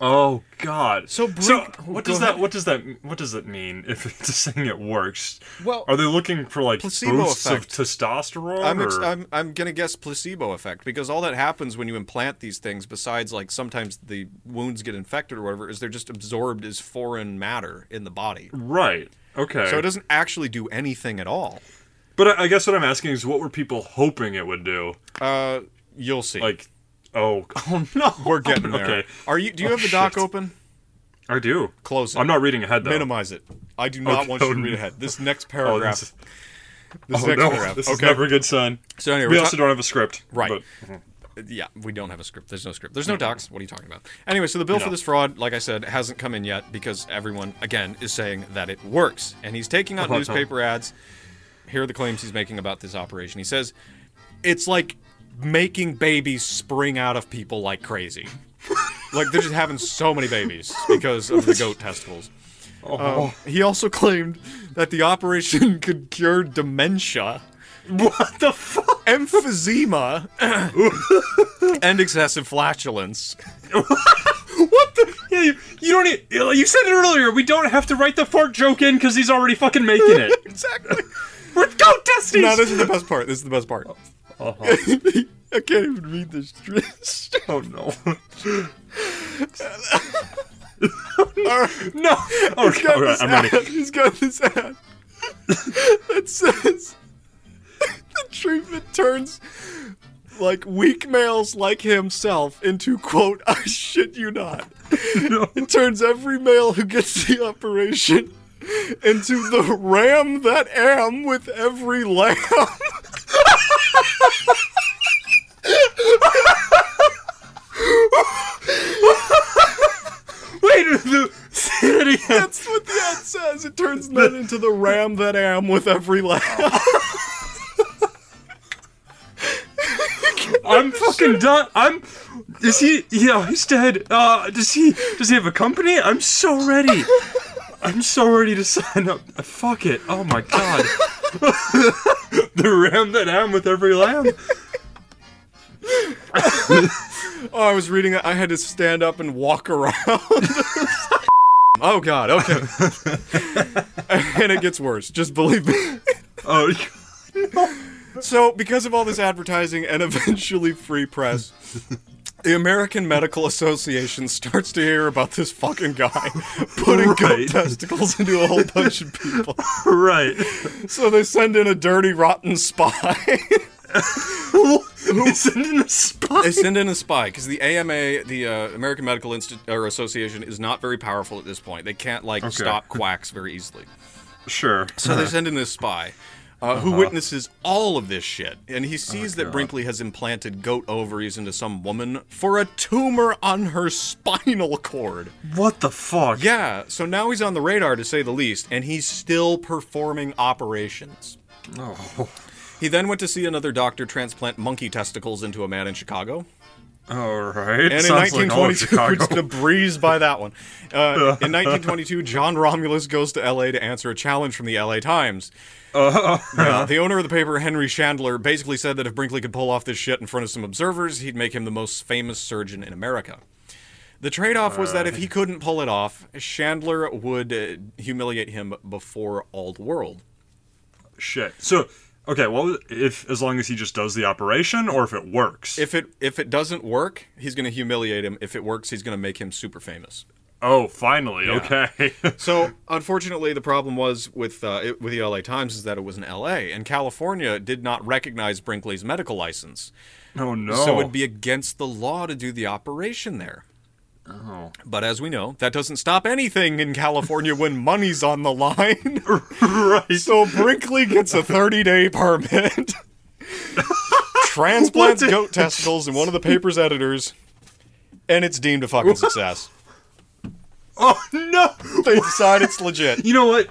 D: oh god. oh,
A: So Brink-
D: what
A: Oh, Go
D: does
A: ahead.
D: that what does that what does it mean if it's [laughs] saying it works?
A: Well-
D: are they looking for like
A: Placebo
D: boosts
A: effect.
D: of testosterone
A: I'm, ex-
D: or-
A: I'm I'm gonna guess placebo effect because all that happens when you implant these things, besides like sometimes the wounds get infected or whatever, is they're just absorbed as foreign matter in the body.
D: right. Okay.
A: So it doesn't actually do anything at all.
D: but I, I guess what I'm asking is what were people hoping it would do?
A: Uh, you'll see.
D: Like oh, oh no.
A: We're [laughs] getting there.
D: Okay.
A: Are you? Do you
D: Oh,
A: have the doc
D: shit.
A: open?
D: I do.
A: Close it.
D: I'm not reading ahead though.
A: Minimize it. I do not
D: Okay,
A: want you to
D: oh, [laughs]
A: read
D: no.
A: ahead. This next
D: Oh,
A: paragraph.
D: this,
A: this
D: oh,
A: next
D: no.
A: paragraph.
D: This
A: okay.
D: is never a good sign.
A: so anyway,
D: We
A: we're
D: also
A: ta-
D: don't have a script.
A: Right.
D: but-
A: yeah, we don't have a script. There's no script. There's no docs. What are you talking about? Anyway, so the bill for
D: Mm-hmm. No.
A: this fraud, like I said, hasn't come in yet because everyone, again, is saying that it works. And he's taking out
D: Uh-huh.
A: newspaper ads. Here are the claims he's making about this operation. He says, it's like making babies spring out of people like
D: [laughs]
A: crazy. like they're just having so many babies because
D: [laughs]
A: of the goat testicles. Um,
D: Oh.
A: He also claimed that the operation [laughs] could cure dementia.
D: what the fuck?
A: emphysema [laughs] and excessive flatulence.
D: What the? Yeah, you, you don't. Need, you said it earlier. We don't have to write the fart joke in because he's already fucking making it. [laughs]
A: Exactly.
D: We're goat testes.
A: [laughs] no, this is the best part. This is the best part.
D: [laughs] Uh-huh.
A: [laughs] I can't even read this. [laughs] shit.
D: Oh no.
A: All right,
D: No. Oh,
A: he's got
D: all right,
A: [laughs] this
D: I'm
A: [laughs] ad.
D: ready.
A: He's got this [laughs] ad that says [laughs] the treatment turns like weak males like himself into quote I shit you not.
D: [laughs] No.
A: It turns every male who gets the operation into the ram that am with every lamb. [laughs]
D: Wait,
A: [laughs]
D: the, say that again.
A: That's what the ad says. It turns men into the ram that am with every lamb.
D: I'm fucking done. I'm. Is he? Yeah, he's dead. Uh, does he? Does he have a company? I'm so
A: [laughs]
D: ready. I'm so ready to sign up. Fuck it. Oh my
A: [laughs]
D: god. the ram that am with every lamb.
A: Oh, I was reading it. I had to stand up and walk around. [laughs] oh, God. Okay. [laughs] and it gets worse. Just believe me.
D: Oh. [laughs]
A: So, because of all this advertising and eventually free press, the American Medical Association starts to hear about this fucking guy [laughs] putting goat
D: Right.
A: testicles into a whole bunch of people.
D: Right.
A: So they send in a dirty, rotten spy. [laughs]
D: He's in the spot.
A: they send in a spy because the AMA, the uh, American Medical Insti- or Association, is not very powerful at this point. They can't like stop quacks very easily.
D: Sure.
A: So they send in this spy uh, who witnesses all of this shit, and he sees that Brinkley has implanted goat ovaries into some woman for a tumor on her spinal cord.
D: What the fuck?
A: Yeah, so now he's on the radar to say the least, and he's still performing operations.
D: Oh.
A: He then went to see another doctor transplant monkey testicles into a man in Chicago.
D: All right.
A: And
D: Sounds
A: in
D: like all of
A: 1922, we're [laughs] just
D: Chicago.
A: gonna breeze by that one.
D: [laughs]
A: Uh, in 1922, John Romulus goes to L.A. to answer a challenge from the L.A. Times.
D: Uh-huh.
A: Yeah, the owner of the paper, Henry Chandler, basically said that if Brinkley could pull off this shit in front of some observers, he'd make him the most famous surgeon in America. The trade-off was that if he couldn't pull it off, Chandler would uh, humiliate him before all the world.
D: Shit. So, okay. What was, if as long as he just does the operation, or if it works?
A: If it if it doesn't work, he's gonna humiliate him. If it works, he's gonna make him super famous.
D: Oh, finally.
A: Yeah. [laughs]
D: Okay.
A: So, unfortunately, the problem was with uh, it, with the LA Times is that it was in LA, and California did not recognize Brinkley's medical license.
D: oh no.
A: So it'd be against the law to do the operation there.
D: Oh.
A: But as we know, that doesn't stop anything in California when money's on the line.
D: [laughs] right.
A: so Brinkley gets a 30 day permit,
D: [laughs]
A: transplants
D: What the-
A: goat testicles in one of the paper's editors, and it's deemed
D: [laughs]
A: a fucking success.
D: Oh no.
A: They decide it's legit.
D: You know what?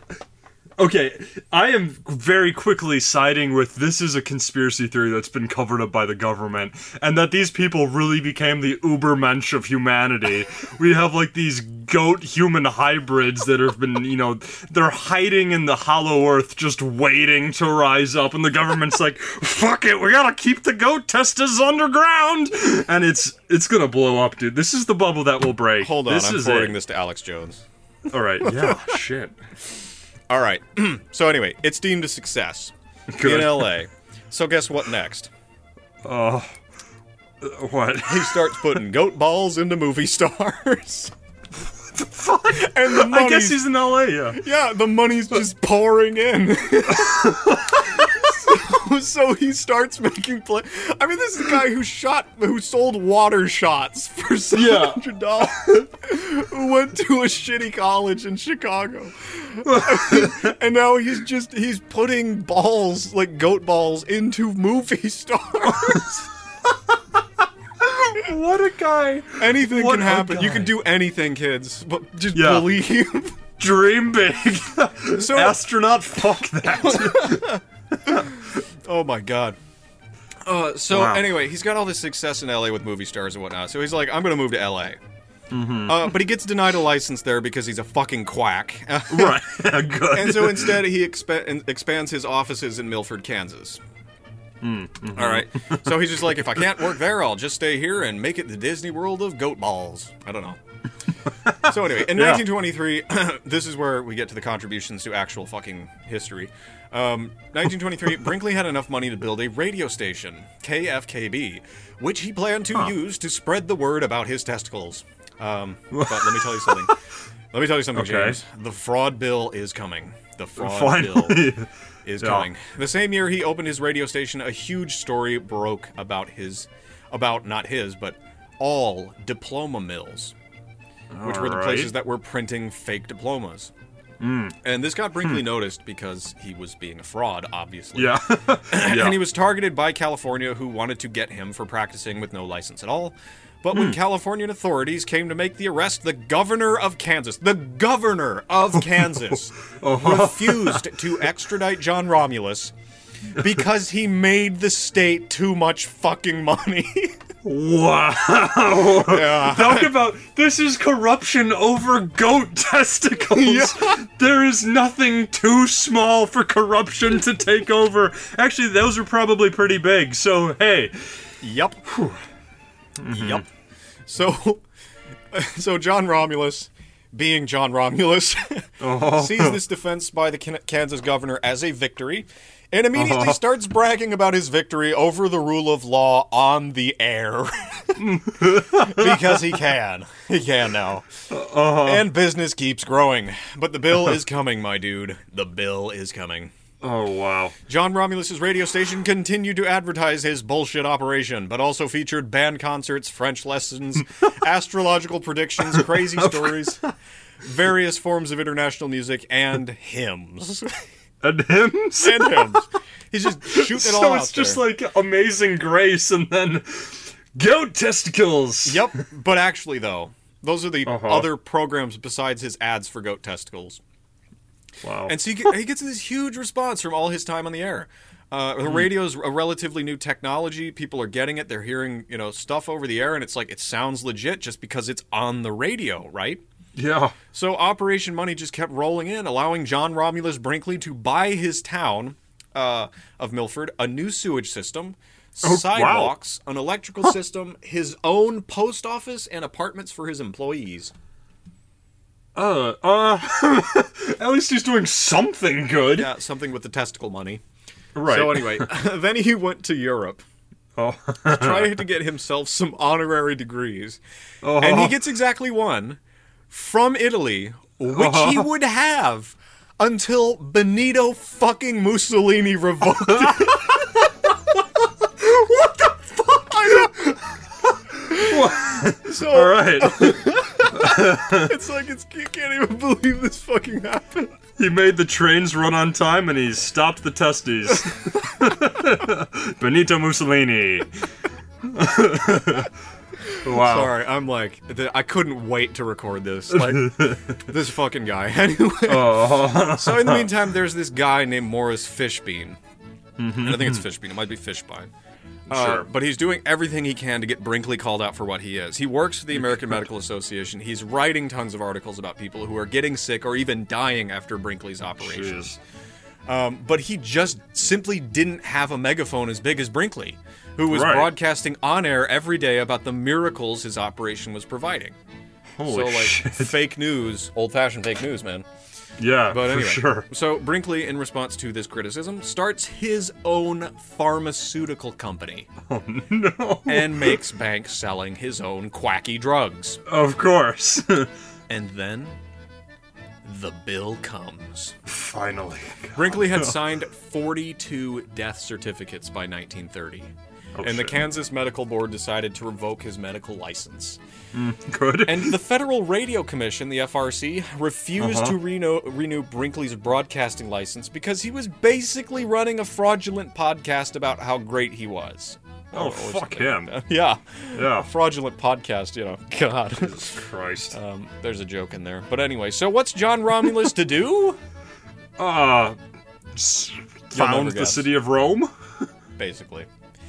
D: Okay, I am very quickly siding with this is a conspiracy theory that's been covered up by the government, and that these people really became the ubermensch of
A: [laughs]
D: humanity. we have like these goat human hybrids that have been, you know, they're hiding in the hollow earth just waiting to rise up, and the government's
A: [laughs]
D: like, fuck it, we gotta keep the goat testes underground! And it's it's gonna blow up, dude. This is the bubble that will break.
A: Hold on,
D: this
A: I'm
D: is
A: forwarding
D: it.
A: this to Alex Jones.
D: Alright, [laughs] yeah, shit.
A: All right. [clears throat] so anyway, it's deemed
D: [laughs]
A: a success
D: Good.
A: in LA. So guess what next?
D: What?
A: He starts putting goat balls into
D: [laughs]
A: movie [laughs] stars. And the money's,
D: I guess he's in LA, yeah.
A: yeah, the money's just pouring in. [laughs] so, so he starts making play. I mean, this is a guy who shot, who sold water shots for seven
D: Yeah.
A: hundred dollars. who went to a shitty college in Chicago, [laughs] and now he's just he's putting balls like goat balls into movie [laughs] stars.
D: What a guy.
A: Anything
D: What
A: can
D: a
A: happen. You
D: guy.
A: can do anything, kids. But just
D: Yeah.
A: believe. [laughs]
D: Dream big. [laughs]
A: So-
D: Astronaut, fuck that.
A: Oh my god. Uh, so
D: Wow.
A: anyway, he's got all this success in LA with movie stars and whatnot. So he's like, I'm gonna move to LA. Uh, but he gets denied a license there because he's a fucking quack. [laughs]
D: right. Good.
A: and so instead, he expa- expands his offices in Milford, Kansas. All right. So he's just like, if I can't work there, I'll just stay here and make it the Disney World of goat balls. I don't know. So anyway, in
D: Yeah.
A: 1923, [clears throat] this is where we get to the contributions to actual fucking history. Um,
D: [laughs]
A: 1923, Brinkley had enough money to build a radio station, KFKB, which he planned to use to spread the word about his testicles.
D: [laughs]
A: Um, but let me tell you something. Let me tell you something,
D: Okay.
A: James. The fraud bill is coming. The fraud
D: [laughs]
A: bill
D: Finally.
A: is
D: Yeah.
A: coming. The same year he opened his radio station, a huge story broke about his, about not his, but all diploma mills, which were the
D: Alright.
A: places that were printing fake diplomas. And this got Brinkley noticed because he was being a fraud, obviously.
D: Yeah. yeah.
A: And he was targeted by California, who wanted to get him for practicing with no license at all. But when Californian authorities came to make the arrest, the governor of Kansas, the governor of Kansas, refused to extradite John Romulus because he made the state too much fucking money. [laughs]
D: wow.
A: Yeah.
D: Talk about this is corruption over goat [laughs] testicles. There is nothing too small for corruption to take over. Actually, those are probably pretty big. So hey,
A: Yep. Yep. So, [laughs] so John Romulus, being John Romulus, [laughs] sees this defense by the Kin- Kansas governor as a victory, and immediately starts bragging about his victory over the rule of law on the air because he can. He can now. And business keeps growing, but the bill is coming, my dude. The bill is coming.
D: oh wow.
A: John Romulus's radio station continued to advertise his bullshit operation, but also featured band concerts,
D: [laughs]
A: French lessons, astrological predictions, crazy stories, various forms of international music, and hymns.
D: [laughs] And [laughs] hymns.
A: and hymns. He's just shooting it
D: so
A: all
D: it's
A: out
D: just
A: there.
D: like Amazing Grace and then goat testicles.
A: yep. But actually, though, those are the other programs besides his ads for goat testicles.
D: Wow.
A: And so he, get, he gets this huge response from all his time on the air. Uh, the radio's a relatively new technology. People are getting it. They're hearing, you know, stuff over the air, and it's like it sounds legit just because it's on the radio, right?
D: yeah.
A: So Operation Money just kept rolling in, allowing John Romulus Brinkley to buy his town uh, of Milford a new sewage system, sidewalks, an electrical system, his own post office, and apartments for his employees.
D: Uh, uh, at least he's doing something good.
A: Yeah, Uh, something with the testicle money.
D: Right.
A: So anyway, [laughs] then he went to Europe.
D: Oh. Oh.
A: trying to get himself some honorary degrees. And he gets exactly one from Italy, which
D: Oh.
A: he would have until Benito fucking Mussolini
D: [laughs]
A: revolted. what the fuck? I know. So
D: All right. [laughs]
A: it's like it's, you can't even believe this fucking happened.
D: he made the trains run on time and he stopped the
A: [laughs]
D: testes. Benito Mussolini. wow.
A: Sorry, I'm like th- I couldn't wait to record
D: [laughs]
A: this. Like this fucking guy. [laughs] Anyway,
D: Oh.
A: so in the meantime, there's this guy named Morris Fishbean. And I think it's Fishbean. It might be Fishbine. Uh,
D: Mm-hmm. Sure.
A: But he's doing everything he can to get Brinkley called out for what he is. He works for
D: [laughs]
A: the American Medical Association. He's writing tons of articles about people who are getting sick or even dying after Brinkley's operation.
D: Jeez.
A: but he just simply didn't have a megaphone as big as Brinkley, who was
D: Right.
A: broadcasting on air every day about the miracles his operation was providing.
D: Holy
A: so like
D: shit.
A: [laughs] fake news, old-fashioned fake news, man.
D: Yeah,
A: But anyway,
D: for sure.
A: so Brinkley, in response to this criticism, starts his own pharmaceutical company
D: Oh, No.
A: and makes bank selling his own quacky drugs.
D: Of course. [laughs]
A: And then the bill comes.
D: Finally. [laughs]
A: Brinkley had signed 42 death certificates by 1930. and the
D: Oh, shit.
A: Kansas Medical Board decided to revoke his medical license.
D: Good.
A: And the Federal Radio Commission, the FRC, refused
D: Uh-huh.
A: to reno- renew Brinkley's broadcasting license because he was basically running a fraudulent podcast about how great he was. [laughs]
D: oh,
A: Or- or
D: fuck
A: something.
D: him.
A: [laughs] Yeah.
D: Yeah.
A: Fraudulent podcast, you know. God.
D: Jesus Christ.
A: Um, there's a joke in there. But anyway, so what's John Romulus to do?
D: Uh,
A: You'll never
D: found the
A: guess.
D: city of Rome?
A: Basically.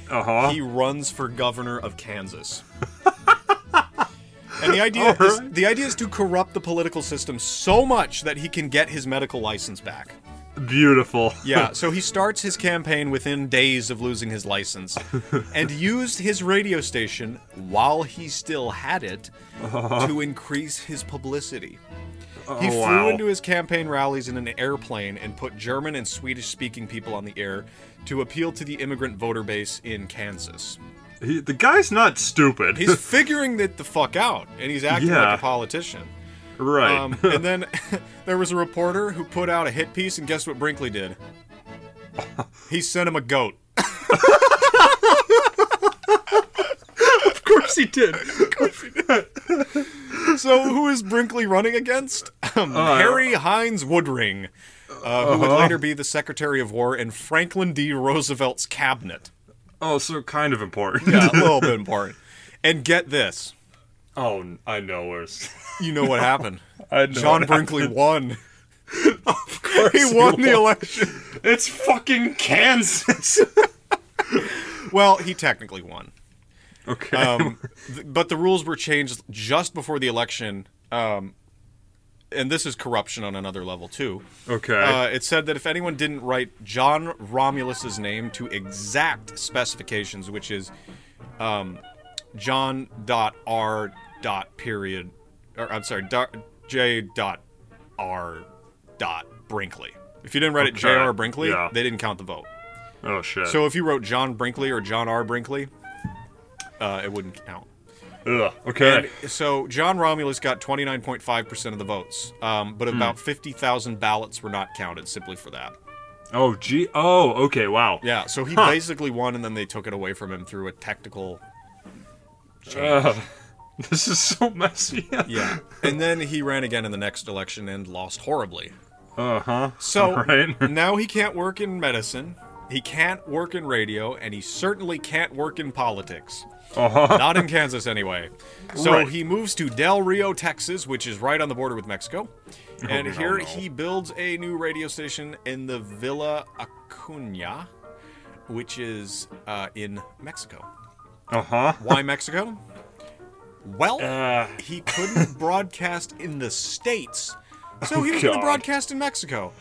D: Uh huh.
A: he runs for governor of Kansas. and the idea is
D: Alright.
A: the idea is to corrupt the political system so much that he can get his medical license back.
D: Beautiful. [laughs]
A: Yeah, so he starts his campaign within days of losing
D: [laughs]
A: his license and used his radio station while he still had it
D: Uh-huh.
A: to increase his publicity. He flew
D: Oh, wow.
A: into his campaign rallies in an airplane and put German and Swedish speaking people on the air to appeal to the immigrant voter base in Kansas.
D: He, the guy's not stupid. [laughs]
A: He's figuring it the fuck out, and he's acting
D: Yeah.
A: like a politician.
D: right. [laughs]
A: Um, and then [laughs] there was a reporter who put out a hit piece, and guess what Brinkley
D: [laughs]
A: did? He sent him a goat.
D: of course he did.
A: [laughs] So who is Brinkley running against? Um,
D: Uh,
A: Harry Hines Woodring, uh, who would
D: Uh-huh.
A: later be the Secretary of War in Franklin D. Roosevelt's cabinet.
D: oh, so kind of important.
A: Yeah, a little bit important. And get this,
D: Oh, n- I know worse.
A: you know what happened?
D: [laughs] I know
A: John
D: what
A: Brinkley won.
D: [laughs] Of course
A: He won the election.
D: It's fucking Kansas. [laughs]
A: Well, he technically won.
D: okay.
A: um, th- but the rules were changed just before the election. Um, and this is corruption on another level too.
D: okay.
A: Uh, it said that if anyone didn't write John Romulus's name to exact specifications, which is um, John dot R dot period, or I'm sorry, dot J dot R dot Brinkley. If you didn't write it
D: Okay,
A: J R Brinkley,
D: yeah.
A: they didn't count the vote.
D: oh shit.
A: So if you wrote John Brinkley or John R Brinkley, uh, it wouldn't count.
D: Ugh. Okay. [laughs]
A: And so John Romulus got 29.5% of the votes, um, but
D: Hmm.
A: about 50,000 ballots were not counted simply for that.
D: oh gee. Oh. Okay. Wow.
A: Yeah, so he basically won, and then they took it away from him through a technical.
D: Ugh. this is so messy.
A: Yeah. and then he ran again in the next election and lost horribly.
D: Uh huh.
A: So
D: [laughs] Alright.
A: now he can't work in medicine, he can't work in radio, and he certainly can't work in politics.
D: Uh-huh. [laughs]
A: Not in Kansas, anyway. So
D: Right.
A: he moves to Del Rio, Texas, which is right on the border with Mexico. And
D: Oh, no,
A: here
D: no.
A: he builds a new radio station in the Villa Acuna, which is uh, in Mexico.
D: Uh huh.
A: Why Mexico? Well,
D: Uh,
A: he
D: [laughs]
A: couldn't broadcast in the States, so he was going to
D: Oh, God.
A: broadcast in Mexico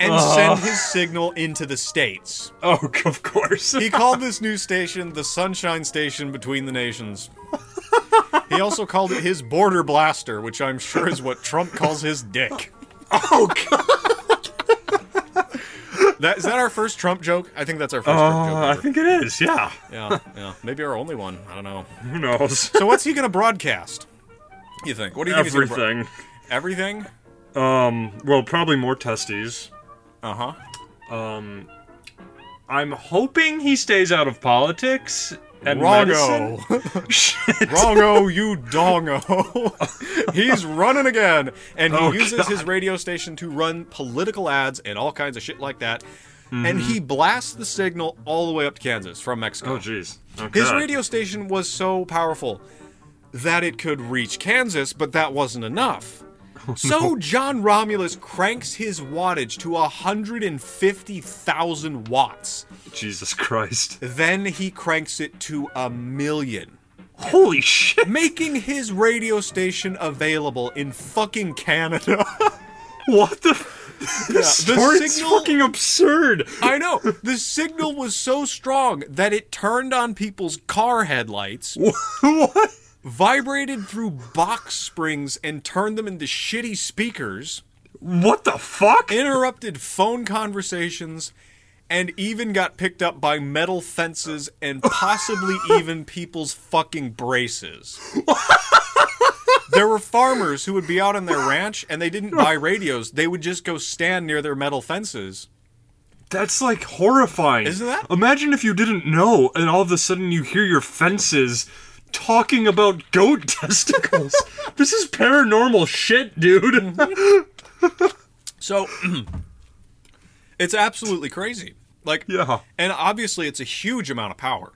A: and send his signal into the States.
D: oh, [laughs] of course.
A: He called this new station the Sunshine Station Between the Nations. He also called it his border blaster, which I'm sure is what Trump calls his dick.
D: oh god.
A: That, is that our first Trump joke? I think that's our first Trump
D: Uh, I
A: joke.
D: think it is. Yeah.
A: Ever. Yeah, yeah. Maybe our only one. I don't know.
D: [laughs] Who knows?
A: So what's he gonna broadcast? You think? What do you think? is gonna bro-
D: Everything.
A: Everything.
D: Well, probably more testes.
A: Uh huh.
D: I'm hoping he stays out of politics and medicine. [laughs] Shit.
A: Wrongo, you
D: [laughs]
A: dongo. He's running again, and he
D: Oh,
A: uses
D: God.
A: his radio station to run political ads and all kinds of shit like that. And he blasts the signal all the way up to Kansas from Mexico.
D: Hmm. Oh, jeez. Oh,
A: His
D: God.
A: radio station was so powerful that it could reach Kansas, but that wasn't
D: [laughs]
A: enough. So John Romulus cranks his wattage to 150,000 watts.
D: Jesus Christ.
A: Then he cranks it to a million,
D: Holy shit.
A: making his radio station available in fucking Canada.
D: What [laughs] the? F- this
A: the
D: story's
A: signal-
D: fucking absurd.
A: [laughs] I know. The signal was so strong that it turned on people's car [laughs] headlights,
D: what?
A: vibrated through box springs and turned them into shitty speakers.
D: What the fuck?
A: interrupted phone conversations and even got picked up by metal fences and
D: [laughs]
A: possibly even people's fucking braces. there were farmers who would be out on their ranch and they didn't buy radios. They would just go stand near their metal fences.
D: That's like horrifying.
A: Isn't that?
D: Imagine if you didn't know and all of a sudden you hear your fences talking about goat [laughs] testicles. this is paranormal shit, dude.
A: Mm-hmm. So [clears throat] it's absolutely crazy. Like
D: yeah.
A: and obviously it's a huge amount of power.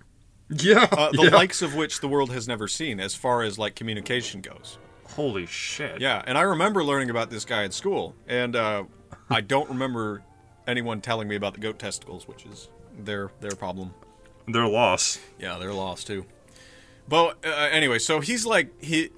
D: Yeah.
A: Uh, the
D: yeah.
A: likes of which the world has never seen as far as like communication goes.
D: Holy shit.
A: Yeah, and I remember learning about this guy at school, and uh, I don't remember anyone telling me about the goat testicles, which is their their problem.
D: Their loss.
A: Yeah, they're lost too. But uh, anyway, so he's like he,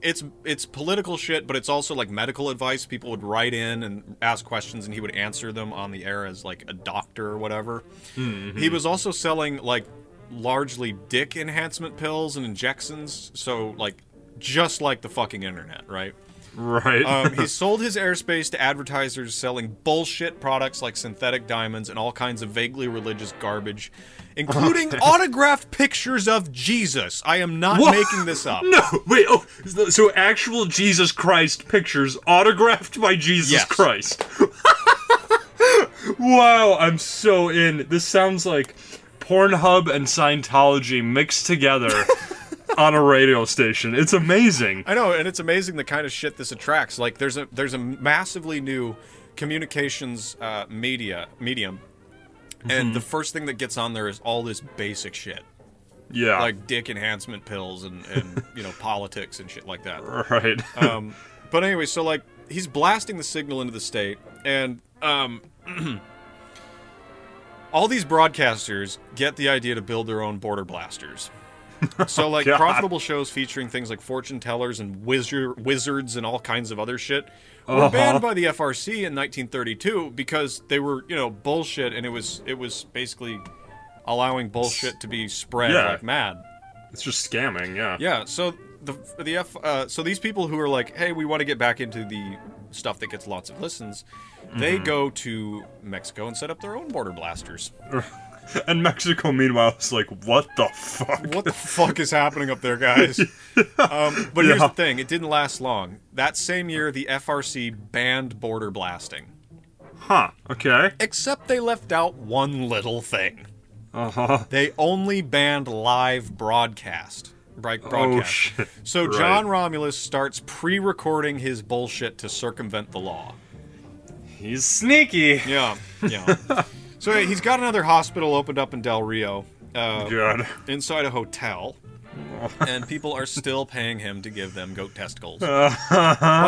A: it's it's political shit, but it's also like medical advice. People would write in and ask questions, and he would answer them on the air as like a doctor or whatever. He was also selling like largely dick enhancement pills and injections, so like just like the fucking internet, right?
D: Right.
A: Um,
D: [laughs]
A: he sold his airspace to advertisers selling bullshit products like synthetic diamonds and all kinds of vaguely religious garbage,
D: [laughs]
A: including autographed pictures of Jesus. I am not
D: What?
A: making this up.
D: [laughs] no, wait. Oh, so actual Jesus Christ pictures autographed by Jesus
A: Yes.
D: Christ. [laughs] wow, I'm so in. This sounds like Pornhub and Scientology mixed
A: [laughs]
D: together on a radio station. It's amazing.
A: I know, and it's amazing the kind of shit this attracts. Like there's a there's a massively new communications uh, media medium, and the
D: Mm-hmm.
A: first thing that gets on there is all this basic shit
D: Yeah.
A: like dick enhancement pills and and you know politics and shit like that.
D: right.
A: Um, but anyway, so like he's blasting the signal into the state, and um, [clears throat] all these broadcasters get the idea to build their own
D: [laughs]
A: border blasters. So like
D: God.
A: profitable shows featuring things like fortune tellers and wizard wizards and all kinds of other shit
D: Uh-huh.
A: were banned by the FRC in 1932 because they were you know bullshit, and it was it was basically allowing bullshit to be spread
D: Yeah.
A: like mad.
D: [laughs] it's just scamming. Yeah.
A: Yeah. So the the F. Uh, so these people who are like, hey, we want to get back into the stuff that gets lots of listens, they go to Mexico and set up their own border blasters.
D: And Mexico, meanwhile, is like, what the fuck?
A: What the fuck is happening up there, guys? Um, but here's
D: Yeah.
A: the thing: it didn't last long. That same year, the FRC banned border blasting,
D: Huh. Okay.
A: except they left out one little thing.
D: Uh huh.
A: They only banned live broadcast. Right, broadcast.
D: Oh, shit.
A: So
D: Right.
A: John Romulus starts pre-recording his bullshit to circumvent the law.
D: He's sneaky.
A: Yeah,
D: [laughs]
A: yeah. so he's got another hospital opened up in Del Rio, uh,
D: God.
A: inside a
D: [laughs]
A: hotel, and people are still paying him to give them
D: [laughs]
A: goat testicles. By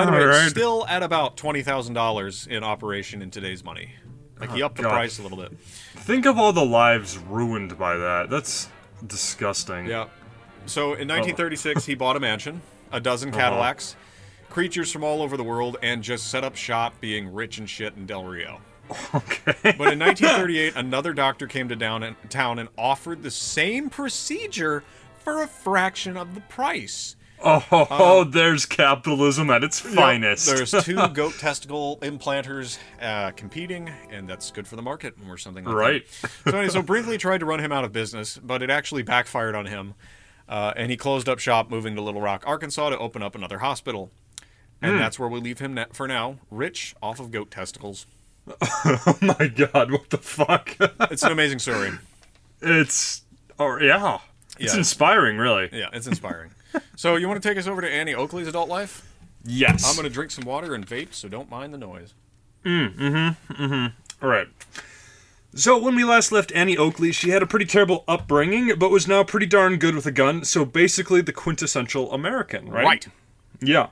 A: the way, it's
D: Alright.
A: still at about twenty thousand dollars in operation in today's money. Like he upped the
D: God.
A: price a little bit.
D: Think of all the lives ruined by that. That's disgusting.
A: Yeah. So in 1936, he bought a mansion, a dozen Cadillacs, creatures from all over the world, and just set up shop, being rich and shit in Del Rio.
D: Okay.
A: But in 1938, another doctor came to down town and offered the same procedure for a fraction of the price.
D: Oh, ho, ho, there's capitalism at its finest.
A: There's two goat testicle implanters uh, competing, and that's good for the market or something like
D: Right.
A: that. So, anyway, so Brinkley tried to run him out of business, but it actually backfired on him. Uh, and he closed up shop, moving to Little Rock, Arkansas, to open up another hospital.
D: Hmm.
A: And that's where we leave him na- for now, rich off of goat testicles.
D: [laughs] Oh my god, what the fuck? [laughs]
A: It's an amazing story.
D: it's or yeah. It's
A: Yeah.
D: inspiring, really.
A: Yeah, it's inspiring. so you want to take us over to Annie Oakley's adult life?
D: Yes.
A: I'm going to drink some water and vape, so don't mind the noise.
D: All right. So when we last left Annie Oakley, she had a pretty terrible upbringing, but was now pretty darn good with a gun. So basically, the quintessential American, right? Yeah.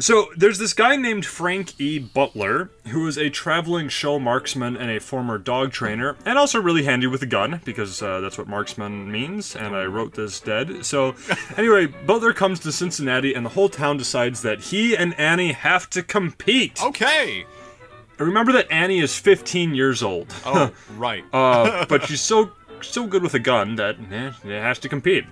D: So there's this guy named Frank E. Butler, who is a traveling show marksman and a former dog trainer, and also really handy with a gun, because uh, that's what marksman means, and I wrote this dead. So, anyway, Butler comes to Cincinnati, and the whole town decides that he and Annie have to compete.
A: Okay.
D: Remember that Annie is 15 years old,
A: Oh,
D: [laughs]
A: right.
D: uh, but she's so, so good with a gun that eh, she has to compete.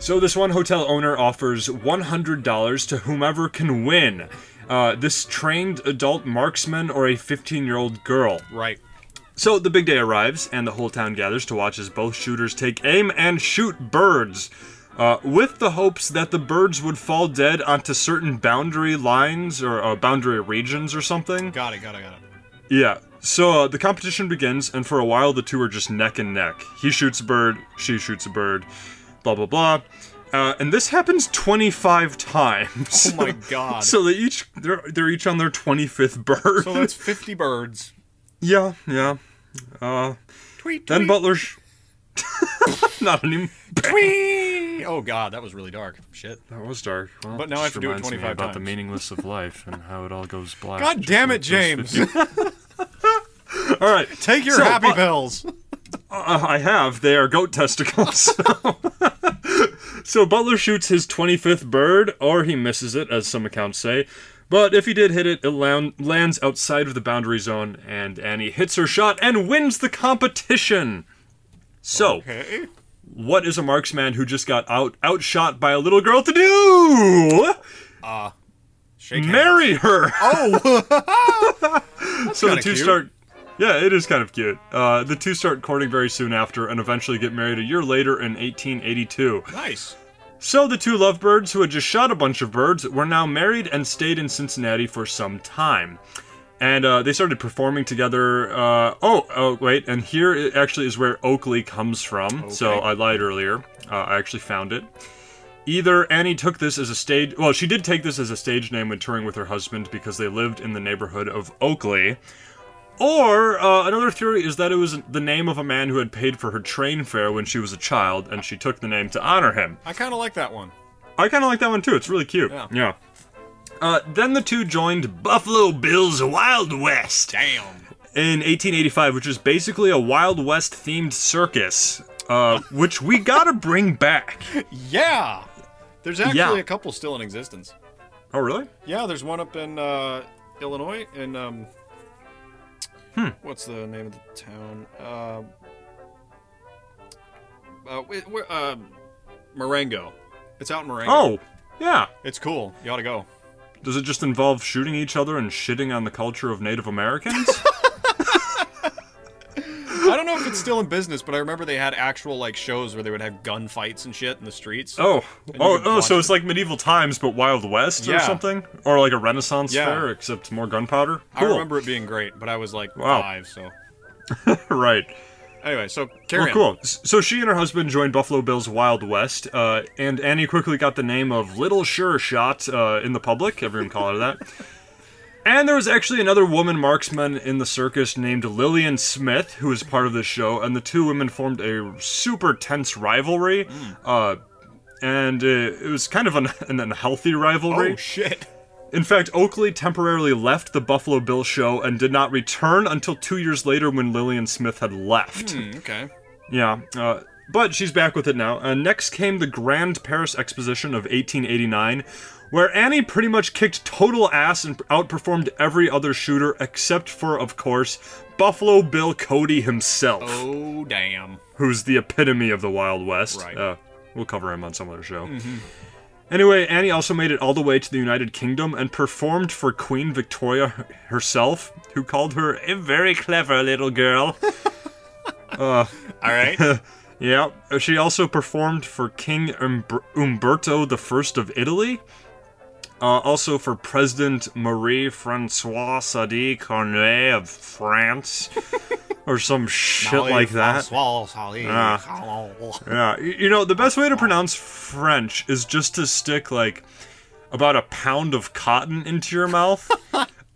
D: So this one hotel owner offers $100 to whomever can win. Uh, this trained adult marksman or a 15-year-old girl.
A: right.
D: So the big day arrives, and the whole town gathers to watch as both shooters take aim and shoot birds, uh, with the hopes that the birds would fall dead onto certain boundary lines or uh, boundary regions or something.
A: Got it, got it, got it.
D: Yeah. So uh, the competition begins, and for a while the two are just neck and neck. He shoots a bird, she shoots a bird, blah blah blah. Uh, and this happens 25 times. [laughs]
A: Oh my god.
D: So they each they're they're each on their 25th bird.
A: So that's 50 birds.
D: yeah, yeah.
A: Tweet, tweet,
D: Then Butler's [laughs] not anymore.
A: tweet. Oh god, that was really dark. Shit.
D: That was dark. Well,
A: But now I
D: just
A: have to do it
D: reminds me
A: 25
D: about the
A: times.
D: meaningless of life and how it all
A: [laughs]
D: goes black.
A: God
D: just
A: damn
D: like
A: it,
D: those
A: James.
D: 50 all right.
A: [laughs] Take
D: [laughs]
A: your
D: So,
A: happy
D: but-
A: pills.
D: Uh, I have. They are goat testicles. [laughs] so Butler shoots his 25th bird, or he misses it, as some accounts say. But if he did hit it, it loun- lands outside of the boundary zone, and Annie hits her shot and wins the competition. So,
A: Okay.
D: what is a marksman who just got out outshot by a little girl to do?
A: Shake hands.
D: Marry [laughs] her.
A: Oh,
D: so the
A: kinda
D: two
A: cute.
D: start. Yeah, it is kind of cute. Uh, the two start courting very soon after, and eventually get married a year later in 1882.
A: nice.
D: So the two lovebirds who had just shot a bunch of birds were now married and stayed in Cincinnati for some time. And uh, they started performing together. Uh, oh, oh, wait. And here i- actually is where Oakley comes from. So
A: Okay.
D: I lied earlier. Uh, I actually found it. Either Annie took this as a stage. Well, she did take this as a stage name when touring with her husband because they lived in the neighborhood of Oakley. Or uh, another theory is that it was the name of a man who had paid for her train fare when she was a child, and she took the name to honor him.
A: I kind of like that one.
D: I kind of like that one too. It's really cute.
A: Yeah.
D: Uh, then the two joined Buffalo Bill's Wild West
A: Damn.
D: in 1885, which is basically a Wild West themed circus,
A: [laughs]
D: uh, which we gotta bring back.
A: Yeah. There's actually
D: Yeah.
A: a couple still in existence.
D: Oh, really?
A: Yeah, there's one up in uh, Illinois, and um,
D: Hmm.
A: what's the name of the town? Uh, uh, wh- wh- uh, Marengo. It's out in Marengo.
D: Oh, yeah.
A: it's cool. You ought to go.
D: Does it just involve shooting each other and shitting on the culture of Native
A: [laughs]
D: Americans?
A: I don't know if it's still in business, but I remember they had actual like shows where they would have gunfights and shit in the streets.
D: oh,
A: you
D: oh,
A: can
D: oh!
A: watch
D: So
A: it.
D: it's like medieval times, but Wild West or
A: Yeah.
D: something, or like a Renaissance
A: Yeah.
D: fair, except more gunpowder. Cool.
A: I remember it being great, but I was like
D: Wow.
A: five. So
D: right.
A: anyway, so carry
D: Well,
A: on.
D: Oh, cool. S- So she and her husband joined Buffalo Bill's Wild West, uh, and Annie quickly got the name of Little Sure Shot uh, in the public. Everyone called her
A: [laughs]
D: that. And there was actually another woman marksman in the circus named Lillian Smith, who was part of the show, and the two women formed a super tense rivalry.
A: Hmm.
D: Uh, and uh, it was kind of an, [laughs] an unhealthy rivalry.
A: Oh shit. [laughs]
D: In fact, Oakley temporarily left the Buffalo Bill show and did not return until two years later when Lillian Smith had left.
A: Hmm, okay.
D: Yeah, uh, but she's back with it now. Uh, next came the Grand Paris Exposition of 1889, where Annie pretty much kicked total ass and outperformed every other shooter except for, of course, Buffalo Bill Cody himself,
A: Oh damn.
D: who's the epitome of the Wild West.
A: Right. Mm-hmm.
D: Uh, we'll cover him on some other show. Anyway, Annie also made it all the way to the United Kingdom and performed for Queen Victoria her- herself, who called her a very clever little girl. [laughs]
A: All right.
D: Yeah, Uh, she also performed for King Umber- Umberto I of Italy, uh, also for President Marie Francois Sadi Cornet of France, or some shit like that. Ah. Yeah, y- you know, the best way to pronounce French is just to stick like about a pound of cotton into your mouth,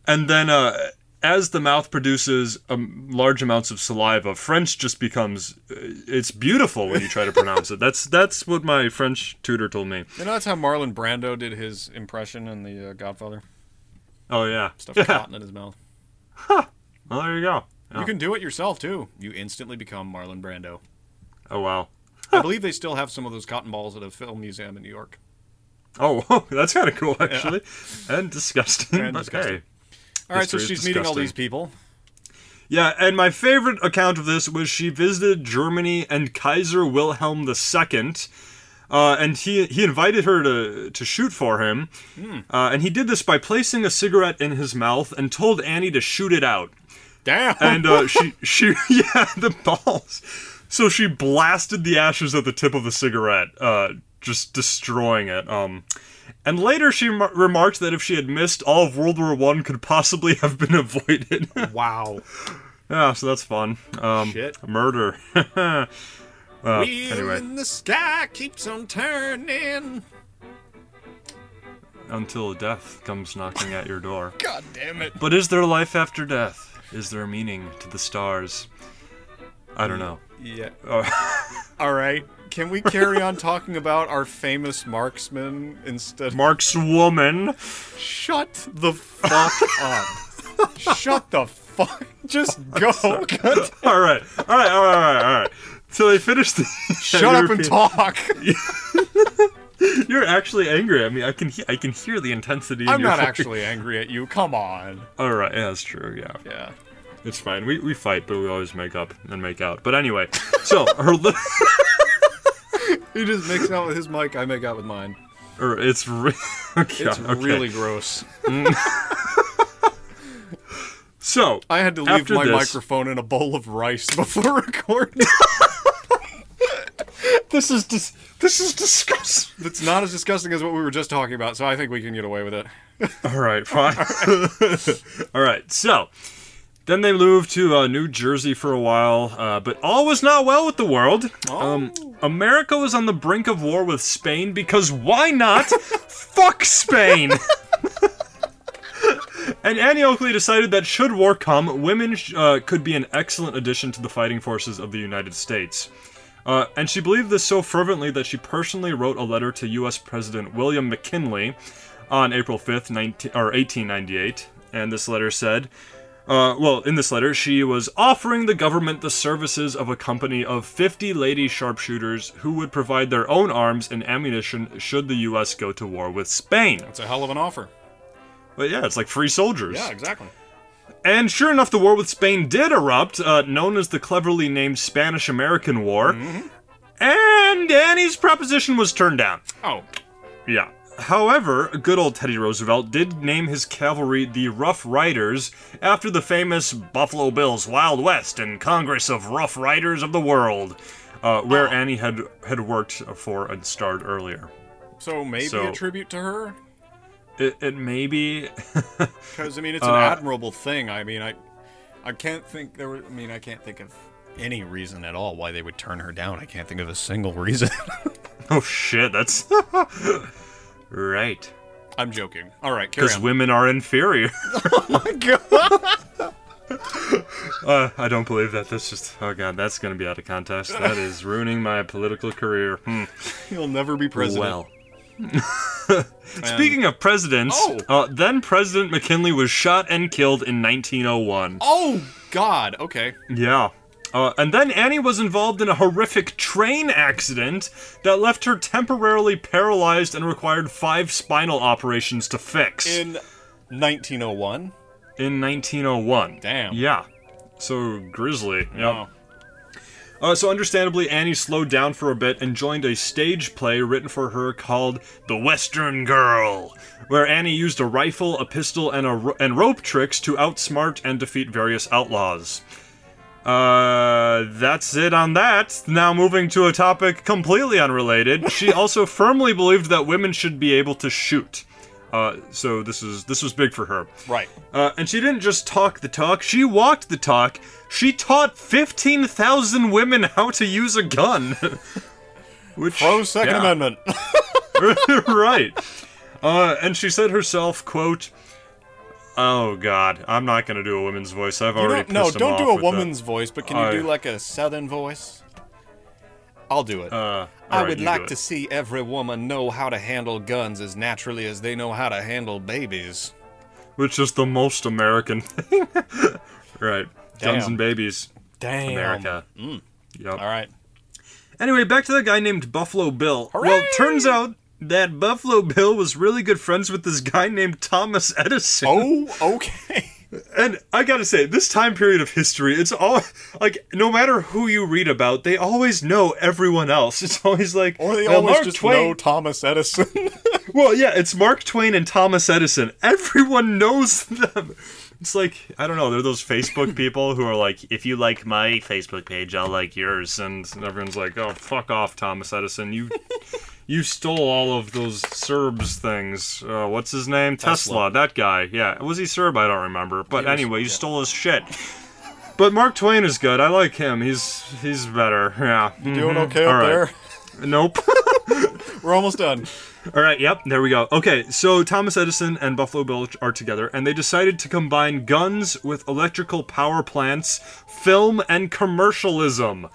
D: and then uh, as the mouth produces um, large amounts of saliva, French just becomes uh, it's beautiful when you try to pronounce it. That's that's what my French tutor told me.
A: You know that's how Marlon Brando did his impression in The uh, Godfather.
D: Oh yeah,
A: Stuff
D: yeah. Oh.
A: cotton in his mouth.
D: Well, there you go.
A: You
D: Yeah.
A: can do it yourself too. You instantly become Marlon Brando.
D: Oh wow.
A: I believe they still have some of those cotton balls at a film museum in New York.
D: Oh, [laughs] that's kind of cool actually, and disgusting.
A: And
D: but
A: disgusting.
D: hey.
A: All right, so
D: History is
A: she's meeting all
D: disgusting.
A: these people.
D: Yeah, and my favorite account of this was she visited Germany and Kaiser Wilhelm II, uh, and he he invited her to to shoot for him, uh, and he did this by placing a cigarette in his mouth and told Annie to shoot it out,
A: Damn.
D: [laughs] and uh, she she yeah the balls, so she blasted the ashes of the tip of the cigarette, uh, just destroying it. Um. And later, she mar- remarked that if she had missed, all of World War One could possibly have been [laughs] avoided.
A: wow.
D: Yeah, so that's fun. Um,
A: Shit.
D: Murder. [laughs]
A: Wheel
D: anyway.
A: in the sky keeps on turning.
D: Until death comes knocking at your door.
A: God damn it.
D: But is there life after death? Is there meaning to the stars? I don't know.
A: Yeah. all right. Can we carry on talking about our famous marksman instead?
D: Mark's woman. [laughs]
A: Shut the fuck up. Shut the fuck. Just go.
D: [laughs]
A: [laughs] God-
D: All right. All right. All right. All right. All right. So they finished the. [laughs]
A: Shut up and
D: European-
A: talk.
D: You're actually angry. I mean, I can he- I can hear the intensity.
A: I'm
D: in your
A: not
D: voice.
A: actually angry at you. Come on.
D: All right. Yeah, that's true. Yeah.
A: Yeah.
D: It's fine. We, we fight, but we always make up and make out. But anyway, [laughs] so her li- [laughs]
A: He just makes out with his mic. I make out with mine.
D: or it's re- [laughs] okay,
A: It's
D: okay.
A: really gross.
D: so
A: I had to leave
D: After
A: my
D: this-
A: microphone in a bowl of rice [laughs] before recording.
D: This is dis- this is disgusting.
A: That's not as disgusting as what we were just talking about, so I think we can get away with it.
D: All right, fine. [laughs] All right, so then they moved to uh, New Jersey for a while, uh, but all was not well with the world. Um, America was on the brink of war with Spain because why not? [laughs] Fuck Spain. [laughs] And Annie Oakley decided that should war come, women sh- uh, could be an excellent addition to the fighting forces of the United States. Uh, and she believed this so fervently that she personally wrote a letter to U.S. President William McKinley on April 5th, 19, or 1898. And this letter said, uh, well, in this letter, she was offering the government the services of a company of 50 lady sharpshooters who would provide their own arms and ammunition should the U.S. go to war with Spain.
A: It's a hell of an offer.
D: But yeah, it's like free soldiers.
A: Yeah, exactly.
D: And sure enough, the war with Spain did erupt, uh, known as the cleverly named Spanish American War. And Annie's proposition was turned down.
A: Oh,
D: Yeah. However, good old Teddy Roosevelt did name his cavalry the Rough Riders after the famous Buffalo Bills Wild West and Congress of Rough Riders of the World, uh, where Annie had, had worked for and starred earlier.
A: so maybe
D: So-
A: a tribute to her?
D: It, it may be. [laughs]
A: Because I mean,
D: Uh,
A: it's an admirable thing. I mean, I, I can't think there. Were, I mean, I can't think of any reason at all why they would turn her down. I can't think of a single reason. [laughs]
D: oh shit, that's. [laughs] right.
A: I'm joking. All right, carry
D: Because
A: [laughs] on.
D: women are inferior. [laughs] Uh, I don't believe that. That's just. Oh god, that's gonna be out of context. That is ruining my political career. Hmm.
A: He'll never be president.
D: Speaking of presidents,
A: Oh.
D: uh, then President McKinley was shot and killed in 1901.
A: Oh God. Okay.
D: Yeah. Uh, and then Annie was involved in a horrific train accident that left her temporarily paralyzed and required five spinal operations to fix
A: In 1901.
D: in 1901.
A: Damn.
D: Yeah. So grisly. Yeah.
A: Oh.
D: Uh, so, understandably, Annie slowed down for a bit and joined a stage play written for her called The Western Girl, where Annie used a rifle, a pistol, and, a ro- and rope tricks to outsmart and defeat various outlaws. Uh, uh, that's it on that. Now moving to a topic completely unrelated. She also firmly believed that women should be able to shoot. Uh, so this is this was big for her.
A: Right.
D: Uh, and she didn't just talk the talk; she walked the talk. She taught fifteen thousand women how to use a gun. [laughs] Which
A: Pro Second
D: yeah.
A: Amendment.
D: [laughs]
A: [laughs]
D: right. Uh, and she said herself, "quote." Oh God, I'm not gonna do a woman's voice. I've
A: You
D: already
A: don't- no,
D: pissed him
A: don't
D: off
A: do a
D: with that.
A: woman's voice, but can you
D: I-
A: do like a southern voice? I'll do it.
D: Uh,
A: I
D: alright,
A: would
D: you do
A: like
D: it.
A: to see every woman know how to handle guns as naturally as they know how to handle babies.
D: which is the most American [laughs] thing. right. Guns
A: Damn.
D: and babies.
A: Damn. Mm.
D: America. Yep.
A: All right.
D: Anyway, back to the guy named Buffalo Bill. Well, turns out that Buffalo Bill was really good friends with this guy named Thomas Edison.
A: [laughs] Oh, okay.
D: And I gotta say, this time period of history, it's all like no matter who you read about, they always know everyone else. It's always like
A: Or they
D: well,
A: always
D: Mark
A: just
D: Twain.
A: know Thomas Edison. [laughs]
D: Well, yeah, it's Mark Twain and Thomas Edison. Everyone knows them. It's like I don't know. They're those Facebook people who are like, if you like my Facebook page, I'll like yours, and everyone's like, oh, fuck off, Thomas Edison. You, you stole all of those Serbs things. Uh, what's his name? Tesla. That guy. Yeah, was he Serb? I don't remember. But anyway, you stole his shit. But Mark Twain is good. I like him. He's he's better. Yeah.
A: Doing
D: Mhm.
A: okay up
D: All right.
A: there?
D: Nope.
A: We're
D: [laughs]
A: almost done.
D: All right, yep, there we go. Okay, so Thomas Edison and Buffalo Bill are together, and they decided to combine guns with electrical power plants, film, and commercialism.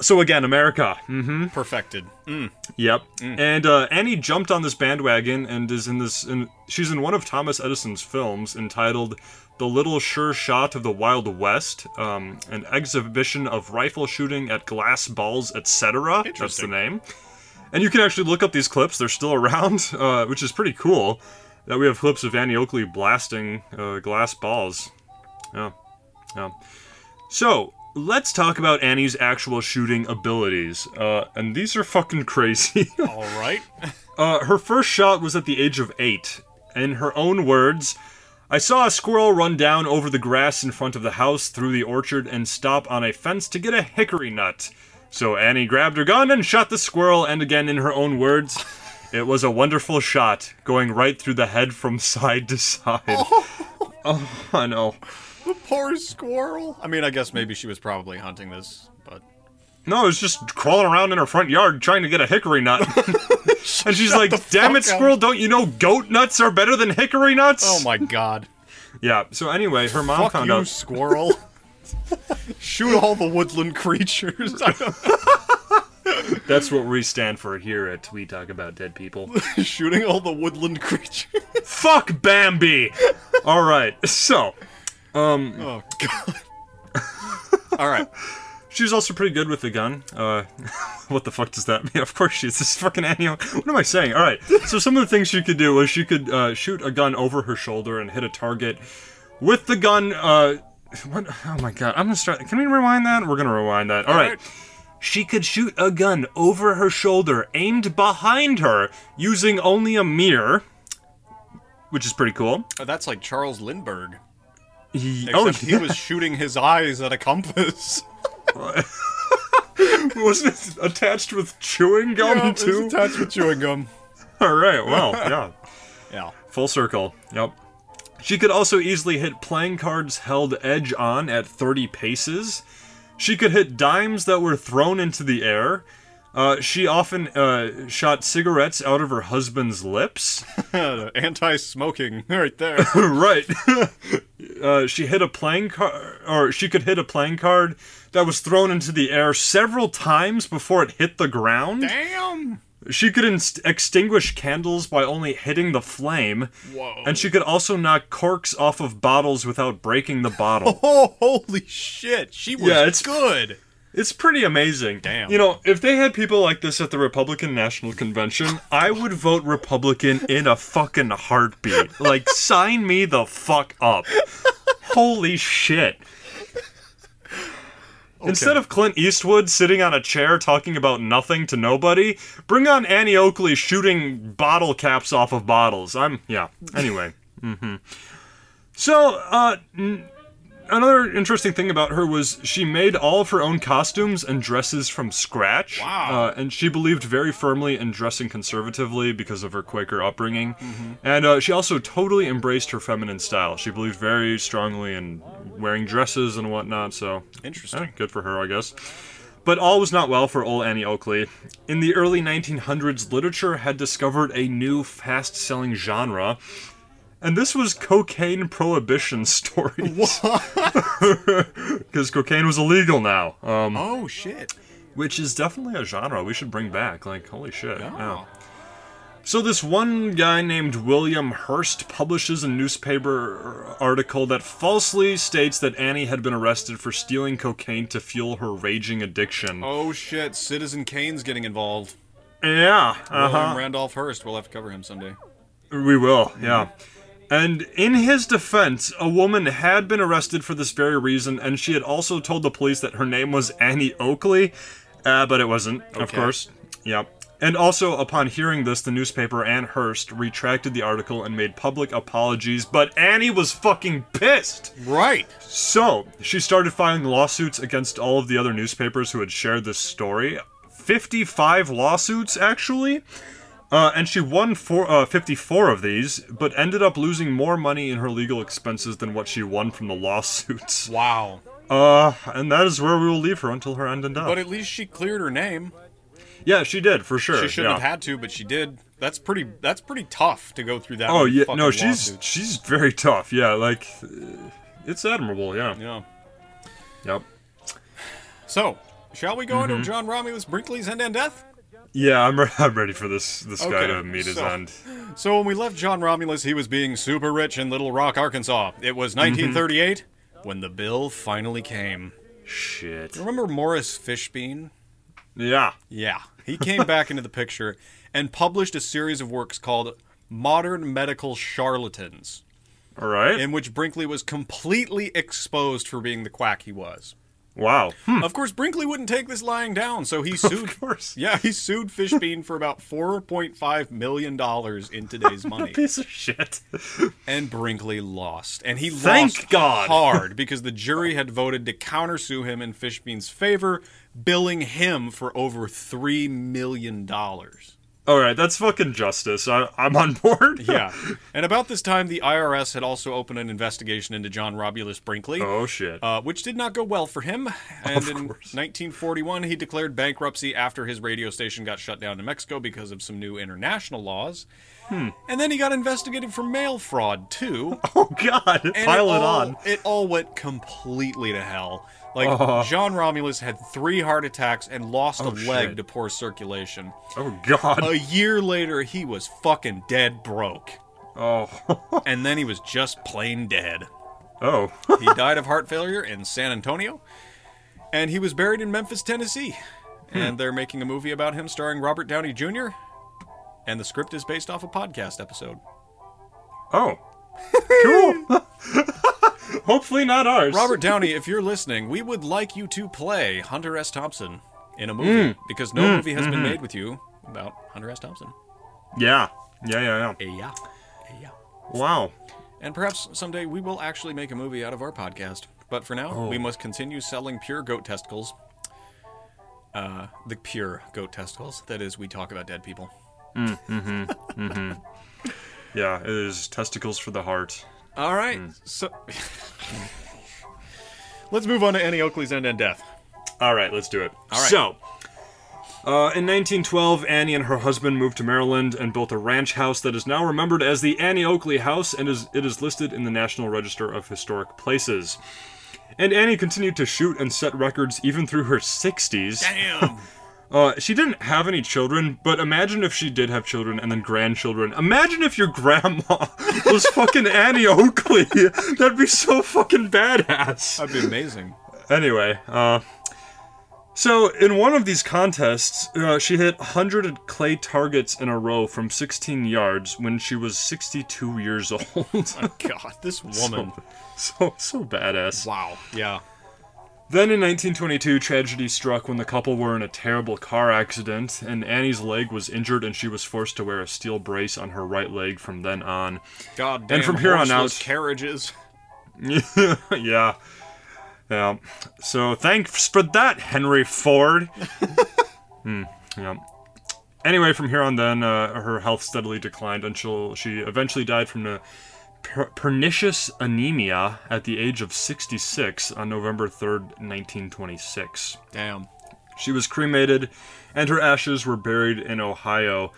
D: So again, America.
A: Perfected.
D: Yep. And uh, Annie jumped on this bandwagon and is in this. In, she's in one of Thomas Edison's films entitled "The Little Sure Shot of the Wild West," um, an exhibition of rifle shooting at glass balls, etc. That's the
A: Interesting.
D: name. And you can actually look up these clips; they're still [laughs] around, uh, which is pretty cool. That we have clips of Annie Oakley blasting uh, glass balls. Yeah. Yeah. So let's talk about Annie's actual shooting abilities, uh, and these are fucking [laughs] crazy.
A: All right.
D: Uh, her first shot was at the age of eight. In her own words, I saw a squirrel run down over the grass in front of the house, through the orchard, and stop on a fence to get a hickory nut. So Annie grabbed her gun and shot the squirrel, and again, in her own words, it was a wonderful shot, going right through the head from [laughs] side to side.
A: [laughs]
D: Oh, I know.
A: Poor squirrel. I mean, I guess maybe she was probably hunting this, but
D: No, it's just crawling around in her front yard trying to get a hickory nut.
A: [laughs]
D: and she's like, damn it,
A: fuck up."
D: squirrel, don't you know goat nuts are better than hickory nuts? [laughs]
A: oh my god.
D: Yeah. So anyway, her mom
A: Fuck
D: found
A: you,
D: out. [laughs]
A: squirrel. Shoot all the woodland creatures. [laughs] I don't-
D: That's what we stand for here at We Talk About Dead People.
A: [laughs] Shooting all the woodland creatures. [laughs]
D: Fuck Bambi. All right. [laughs] So
A: Oh god. [laughs] All right.
D: she was also pretty good with the gun. Uh, [laughs] what the fuck does that mean? [laughs] Of course she's this is fucking annual. What am I saying? All right. So some of the things she could do was she could uh, shoot a gun over her shoulder and hit a target with the gun. Uh, what? Oh my god. I'm gonna start. Can we rewind that? We're gonna rewind that. All right.
A: right.
D: She could shoot a gun over her shoulder, aimed behind her, using only a mirror, which is pretty cool.
A: Oh, that's like Charles Lindbergh.
D: He- oh,
A: Except he was shooting his eyes at a [laughs] compass.
D: [laughs] wasn't it attached with chewing gum
A: Yeah, it was
D: too?
A: Oh, attached with chewing gum.
D: All right. Well, yeah.
A: [laughs] Yeah.
D: Full circle. Yep. She could also easily hit playing cards held edge on at 30 paces. She could hit dimes that were thrown into the air. Uh, she often uh, shot cigarettes out of her husband's lips. [laughs]
A: uh, Anti-smoking, right [laughs] there.
D: right. [laughs] uh, she hit a playing card, or she could hit a playing card that was thrown into the air several times before it hit the ground.
A: Damn.
D: She could inst- extinguish candles by only hitting the flame.
A: Whoa.
D: And she could also knock corks off of bottles without breaking the
A: [laughs]
D: bottle.
A: Oh, holy shit! She was
D: Yeah, it's-
A: good.
D: It's pretty amazing.
A: Damn.
D: You know, if they had people like this at the Republican National Convention, I would vote Republican in a fucking heartbeat. Like, sign me the fuck up. Holy shit. Instead of Clint Eastwood sitting on a chair talking about nothing to nobody, bring on Annie Oakley shooting bottle caps off of Mm-hmm. bottles. I'm, yeah. Anyway. hmm So, uh, another interesting thing about her was she made all of her own costumes and dresses from scratch.
A: Wow.
D: Uh, and she believed very firmly in dressing conservatively because of her Quaker upbringing. And uh, she also totally embraced her feminine style. She believed very strongly in wearing dresses and whatnot. So
A: Interesting. [laughs]
D: eh, good for her, I guess. But all was not well for old Annie Oakley. In the early 1900s, literature had discovered a new fast selling genre, and this was cocaine prohibition [laughs] stories. Because cocaine was illegal now, um,
A: [laughs] Oh shit.
D: which is definitely a genre we should bring back. Like, holy shit. yeah.
A: Oh.
D: So this one guy named William Hearst publishes a newspaper article that falsely states that Annie had been arrested for stealing cocaine to fuel her raging addiction.
A: Oh shit. Citizen Kane's getting involved.
D: Yeah, uh-huh.
A: William Randolph Hearst. We'll have to cover him someday.
D: We will, yeah. And in his defense, a woman had been arrested for this very reason, and she had also told the police that her name was Annie Oakley, uh, but it wasn't, of
A: Okay.
D: course. Yep. And also, upon hearing this, the newspaper and Hearst retracted the article and made public apologies, but Annie was fucking pissed!
A: Right.
D: So, she started filing lawsuits against all of the other newspapers who had shared this story. 55 lawsuits, actually. Uh, and she won four, uh, 54 of these, but ended up losing more money in her legal expenses than what she won from the [laughs] lawsuits.
A: Wow.
D: Uh, and that is where we will leave her until her end and death.
A: But at least she cleared her name.
D: yeah, she did, for sure.
A: She shouldn't
D: yeah.
A: have had to, but she did. That's pretty. That's pretty tough to go through that.
D: Oh,
A: many
D: yeah,
A: fucking
D: no, she's
A: lawsuits.
D: she's very tough. Yeah, like, uh, it's admirable, yeah.
A: Yeah.
D: Yep.
A: So, shall we go
D: Mm-hmm.
A: into John Romulus Brinkley's end and death?
D: Yeah, I'm, re- [laughs] I'm ready for this, this guy
A: Okay,
D: to meet his
A: so-
D: end.
A: So when we left John Romulus, he was being super rich in Little Rock, Arkansas. It
D: Mm-hmm.
A: was 1938 when the bill finally came.
D: Shit.
A: Remember Morris Fishbein?
D: Yeah.
A: Yeah.
D: [laughs]
A: He came back into the picture and published a series of works called Modern Medical Charlatans,
D: All right.
A: in which Brinkley was completely exposed for being the quack he was.
D: wow. [laughs] Hmm.
A: Of course, Brinkley wouldn't take this lying down, so he
D: [laughs]
A: sued
D: Of course.
A: Yeah, he sued Fishbein for about $4.5 million in today's
D: [laughs]
A: money.
D: Piece of shit.
A: And Brinkley lost. And he
D: Thank
A: lost
D: God.
A: hard because the jury had voted to countersue him in Fishbean's favor, billing him for over $3 million.
D: [laughs] All right, that's fucking justice. I, I'm on board.
A: [laughs] Yeah. and about this time, the IRS had also opened an investigation into John Romulus Brinkley.
D: oh shit.
A: Uh, which did not go well for him, and
D: Of
A: in
D: course.
A: 1941 he declared bankruptcy after his radio station got shut down in Mexico because of some new international laws. And then he got investigated for mail fraud too.
D: Hmm. [laughs] oh god.
A: And
D: Pile it,
A: all,
D: on.
A: It all went completely to hell. Like
D: Oh.
A: John Romulus had three heart attacks and lost a leg
D: shit.
A: to poor circulation.
D: Oh
A: [laughs]
D: god.
A: A year later, he was fucking dead broke,
D: oh. [laughs]
A: and then he was just plain dead.
D: oh. [laughs]
A: He died of heart failure in San Antonio, and he was buried in Memphis, Tennessee. And they're making a movie about him starring Robert Downey Jr. And the script is based off a podcast episode. [laughs]
D: Oh. cool. [laughs] Hopefully not ours.
A: Robert Downey, if you're listening, we would like you to play Hunter S. Thompson in a movie because no movie has been made with you about Hunter S. Thompson.
D: Yeah. Yeah. Yeah. Yeah.
A: Eh, Yeah. Eh, Yeah.
D: Wow.
A: And perhaps someday we will actually make a movie out of our podcast. But for now, we must continue selling pure goat testicles. Uh, the pure goat testicles. That is, we talk about dead people.
D: Yeah. It is testicles for the heart.
A: All right. So Hmm. [laughs] let's move on to Annie Oakley's end and death.
D: All right, let's do it.
A: All right.
D: So, uh, in 1912, Annie and her husband moved to Maryland and built a ranch house that is now remembered as the Annie Oakley House, and is it is listed in the National Register of Historic Places. And Annie continued to shoot and set records even through her 60s.
A: Damn.
D: Uh, she didn't have any children, but imagine if she did have children and then grandchildren. Imagine if your grandma [laughs] was fucking Annie Oakley. [laughs] That'd be so fucking badass.
A: [laughs] That'd be [laughs] amazing.
D: Anyway, uh, so in one of these contests, uh, she hit 100 clay targets in a row from 16 yards when she was 62 years [laughs] old.
A: Oh, God, this woman.
D: so so badass.
A: Wow. Yeah.
D: Then in 1922, tragedy struck when the couple were in a terrible car accident, and Annie's leg was injured, and she was forced to wear a steel brace on her right leg from then on.
A: God damn.
D: And from here on
A: horseless
D: out-
A: carriages.
D: [laughs] yeah. Yeah. So thanks for that, Henry Ford. [laughs] Hmm, yeah. Anyway, from here on then, uh, her health steadily declined until she eventually died from a per- pernicious anemia at the age of 66 on November 3rd, 1926.
A: Damn.
D: She was cremated, and her ashes were buried in Ohio.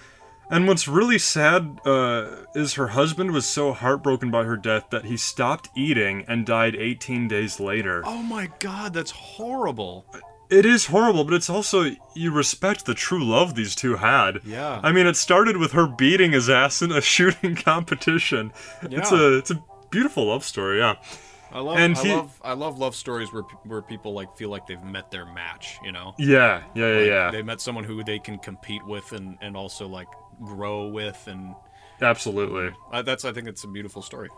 D: And what's really sad uh, is her husband was so heartbroken by her death that he stopped eating and died 18 days later.
A: Oh my god, that's horrible.
D: It is horrible, but it's also you respect the true love these two had.
A: Yeah.
D: I mean, it started with her beating his ass in a [laughs] shooting competition. It's
A: Yeah.
D: a it's a beautiful love story. Yeah.
A: I love
D: And
A: I
D: he-
A: love I love love stories where pe- where people like feel like they've met their match, you know.
D: Yeah. Yeah. Yeah. yeah.
A: They met someone who they can compete with and and also like grow with and
D: Absolutely.
A: uh, that's I think it's a beautiful story.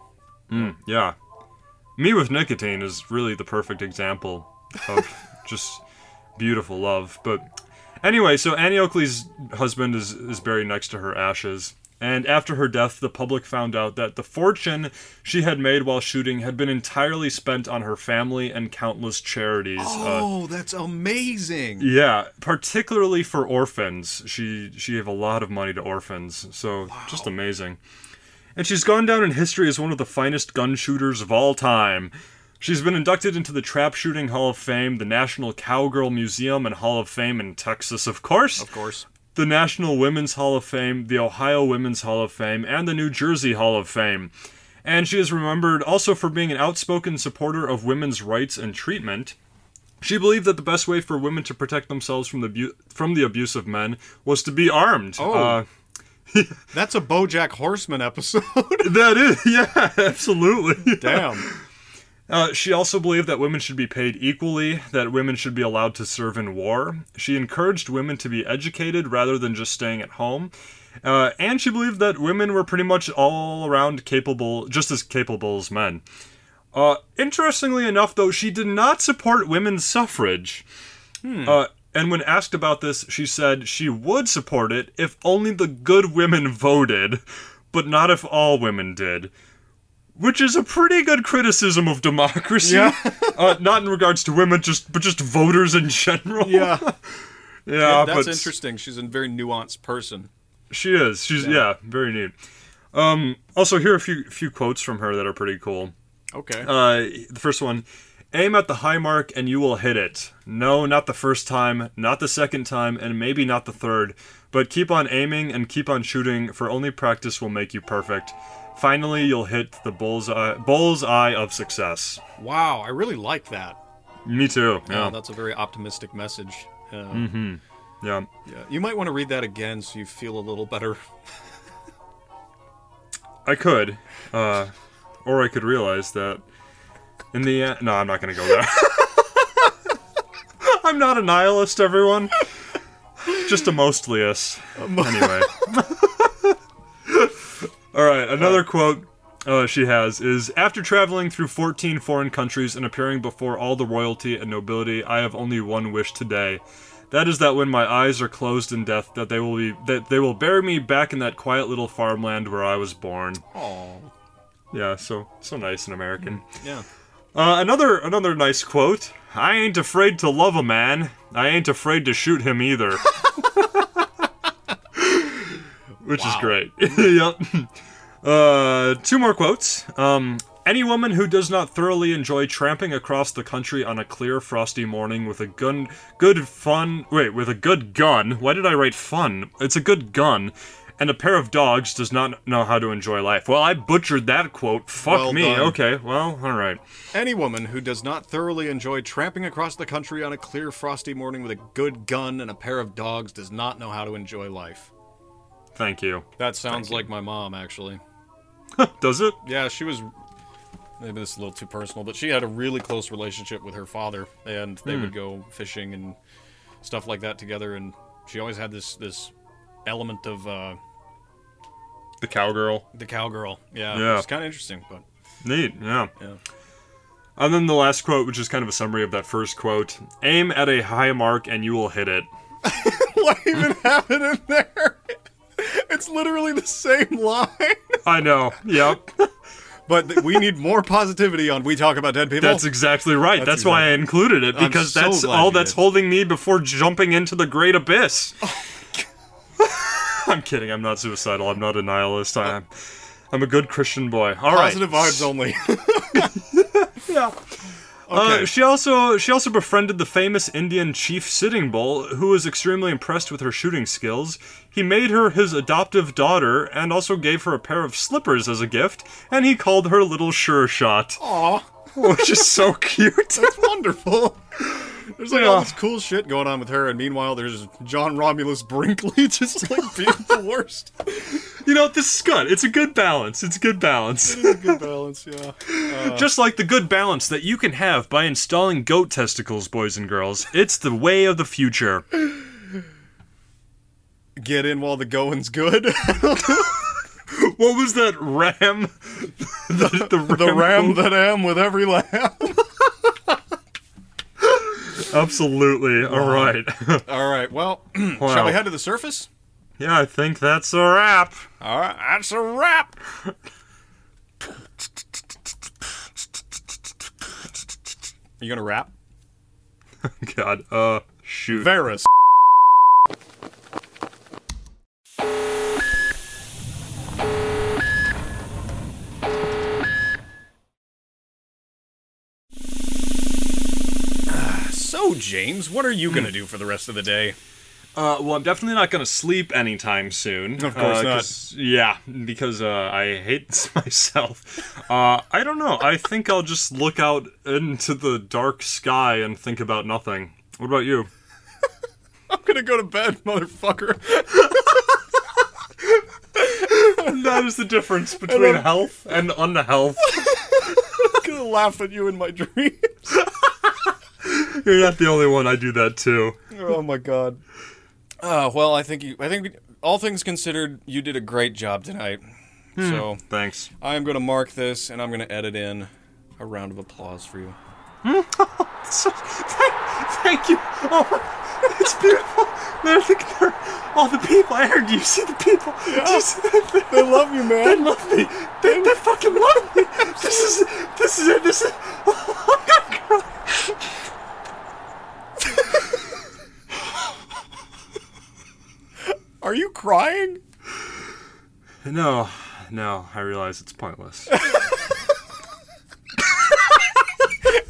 D: Yeah. Me with Nicotine is really the perfect example of just beautiful love. But anyway, so Annie Oakley's husband is, is buried next to her ashes. And after her death, the public found out that the fortune she had made while shooting had been entirely spent on her family and countless charities. uh,
A: Oh, that's amazing.
D: yeah, particularly for orphans. She she gave a lot of money to orphans, so just amazing. And she's gone down in history as one of the finest gun shooters of all time. She's been inducted into the Trap Shooting Hall of Fame, the National Cowgirl Museum and Hall of Fame in Texas, of course,
A: Of course.
D: the National Women's Hall of Fame, the Ohio Women's Hall of Fame, and the New Jersey Hall of Fame. And she is remembered also for being an outspoken supporter of women's rights and treatment. She believed that the best way for women to protect themselves from the abu- from the abuse of men was to be armed.
A: Oh.
D: Uh, [laughs]
A: That's a BoJack Horseman episode.
D: that is, [laughs] yeah, absolutely. [laughs]
A: Damn.
D: Uh, she also believed that women should be paid equally, that women should be allowed to serve in war. She encouraged women to be educated rather than just staying at home. Uh, and she believed that women were pretty much all around capable, just as capable as men. Uh, interestingly enough, though, she did not support women's suffrage.
A: Hmm.
D: Uh, and when asked about this, she said she would support it if only the good women voted, but not if all women did. Which is a pretty good criticism of democracy.
A: Yeah.
D: [laughs] uh, not in regards to women, just but just voters in general.
A: [laughs] Yeah.
D: [laughs] yeah
A: that's
D: Uh, but-
A: interesting. She's a very nuanced person.
D: she is. She's yeah, very neat. Um, also, here are a few few quotes from her that are pretty cool.
A: Okay.
D: Uh, the first one: aim at the high mark and you will hit it. No, not the first time, not the second time, and maybe not the third. But keep on aiming and keep on shooting, for only practice will make you perfect. Finally, you'll hit the bullseye bullseye of success.
A: wow, I really like that.
D: Me too.
A: Yeah,
D: Yeah, Mm-hmm.
A: that's a very optimistic message. Uh,
D: yeah.
A: yeah. You might want to read that again so you feel a little better.
D: I could, uh, or I could realize that in the end. No, I'm not gonna go there. [laughs] I'm not a nihilist, everyone. Just a mostlyist. anyway. [laughs] All right, another quote uh, she has is After traveling through 14 foreign countries and appearing before all the royalty and nobility, I have only one wish today. That is that when my eyes are closed in death, that they will be that they will bury me back in that quiet little farmland where I was born.
A: Oh.
D: Yeah, so so nice and American.
A: [laughs] Yeah.
D: Uh, another another nice quote. I ain't afraid to love a man. I ain't afraid to shoot him either. [laughs] Which is great. [laughs] yep. Uh, two more quotes. Um, any woman who does not thoroughly enjoy tramping across the country on a clear, frosty morning with a gun, good fun. Wait, with a good gun. Why did I write fun? It's a good gun. And a pair of dogs does not know how to enjoy life. Well, I butchered that quote. Fuck
A: Well
D: me.
A: done.
D: Okay. Well, all right.
A: Any woman who does not thoroughly enjoy tramping across the country on a clear, frosty morning with a good gun and a pair of dogs does not know how to enjoy life.
D: Thank you. [laughs]
A: That sounds like my mom, actually.
D: Does it?
A: Yeah, she was. Maybe this is a little too personal, but she had a really close relationship with her father, and they
D: Hmm.
A: would go fishing and stuff like that together. And she always had this this element of uh,
D: The cowgirl.
A: the cowgirl. Yeah,
D: Yeah.
A: it's kind of interesting,
D: [laughs]
A: but
D: Neat, yeah.
A: Yeah.
D: And then the last quote, which is kind of a summary of that first quote aim at a high mark and you will hit it.
A: what [laughs] even happened in there? It's literally the same line. [laughs]
D: I know, yep.
A: But th- we need more positivity on We Talk About Dead People.
D: That's exactly right. That's, why I included it
A: I'm
D: because
A: so
D: that's
A: glad
D: all
A: you
D: that's
A: did. Oh
D: holding me before jumping into the great abyss. [laughs] I'm kidding. I'm not suicidal. I'm not a nihilist. I'm I'm a good Christian boy. All right.
A: Uh, positive vibes only.
D: [laughs]
A: [laughs]
D: Yeah.
A: Okay.
D: Uh, she also she also befriended the famous Indian chief Sitting Bull, who was extremely impressed with her shooting skills. He made her his adoptive daughter and also gave her a pair of slippers as a gift, and he called her Little Sure Shot,
A: Aw,
D: [laughs] which is so cute.
A: that's wonderful. There's like all
D: Yeah.
A: this cool shit going on with her, and meanwhile, there's John Romulus Brinkley [laughs] just like being the worst.
D: You know, this is good. It's a good balance. It's a good balance.
A: [laughs] Good balance, yeah.
D: Just like the good balance that you can have by installing goat testicles, boys and girls. It's the way of the future.
A: Get in while the going's good. [laughs]
D: What was that ram? [laughs] the, the ram.
A: the ram that am with every lamb.
D: Absolutely. All right. [laughs]
A: [laughs] All right, well, [clears throat] shall
D: Wow.
A: we head to the surface?
D: yeah, I think that's a wrap. [laughs]
A: All right, that's a [laughs] wrap. You gonna rap?
D: God. Uh. Shoot.
A: Varus. Ah, So, James, what are you gonna do for the rest of the day? [laughs]
D: Uh, well, I'm definitely not going to sleep anytime soon.
A: Of course
D: uh,
A: not.
D: 'cause- Yeah, because uh, I hate [laughs] myself. Uh, I don't know. I think I'll just look out into the dark sky and think about nothing. What about you?
A: I'm gonna go to bed, [laughs] motherfucker.
D: [laughs] that is the difference between health and unhealth. [laughs]
A: I'm gonna laugh at you in my [laughs] dream.
D: You're not the only one. I do that too.
A: oh my god. Uh, well, I think you. I think all things considered, you did a great job tonight. So
D: Thanks.
A: I am going to mark this, and I'm going to edit in a round of applause for you.
D: So, thank, thank you. Oh, it's beautiful. They're, they're, all the people. I heard you see the people. Do you see the,
A: I love you,
D: They
A: man.
D: love me. They, they fucking love me. This is this is it. This is. Oh, I'm gonna cry.
A: Are you crying?
D: No, no. I realize it's pointless.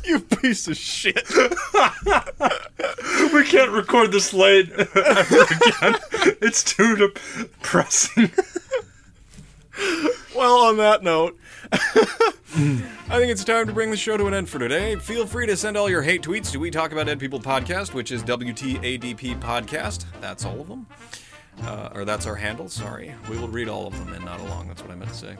A: You piece of shit.
D: [laughs] we can't record this late [laughs] ever again. It's too depressing.
A: Well, on that note, [laughs] I think it's time to bring the show to an end for today. Feel free to send all your hate tweets to We Talk About Dead People Podcast, which is WTADP Podcast. That's all of them. Uh, or that's our handle, sorry. We will read all of them and not along. That's what I meant to say.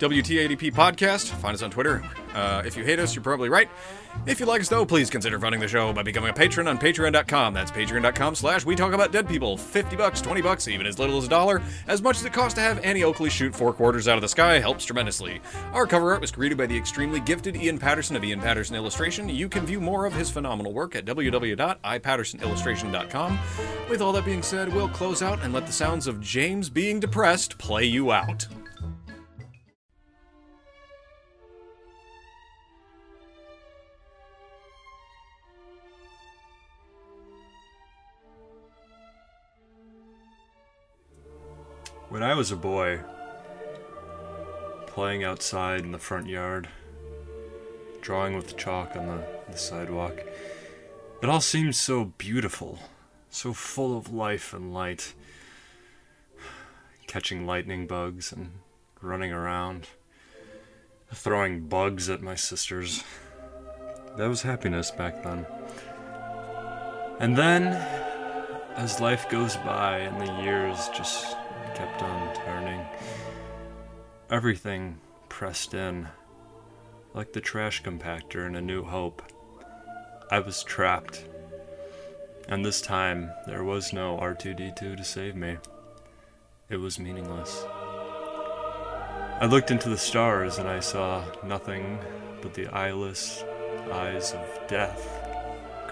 A: WTADP Podcast. Find us on Twitter. Uh, if you hate us, you're probably right. If you like us, though, please consider funding the show by becoming a patron on patreon.com. That's patreon.com slash we talk about dead people. 50 bucks, 20 bucks, even as little as a dollar. As much as it costs to have Annie Oakley shoot four quarters out of the sky helps tremendously. Our cover art was created by the extremely gifted Ian Patterson of Ian Patterson Illustration. You can view more of his phenomenal work at www.ipattersonillustration.com. With all that being said, we'll close out and let the sounds of James being depressed play you out.
D: When I was a boy, playing outside in the front yard, drawing with chalk on the, the sidewalk, it all seemed so beautiful, so full of life and light. Catching lightning bugs and running around, throwing bugs at my sisters. That was happiness back then. And then as life goes by and the years just kept on turning, everything pressed in. Like the trash compactor in A New Hope, I was trapped. And this time, there was no R2D2 to save me. It was meaningless. I looked into the stars and I saw nothing but the eyeless eyes of death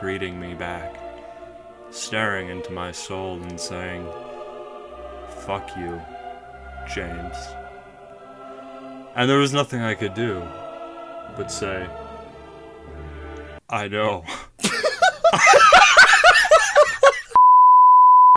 D: greeting me back staring into my soul and saying, Fuck you, James.
B: And there was nothing I could do but say, I know.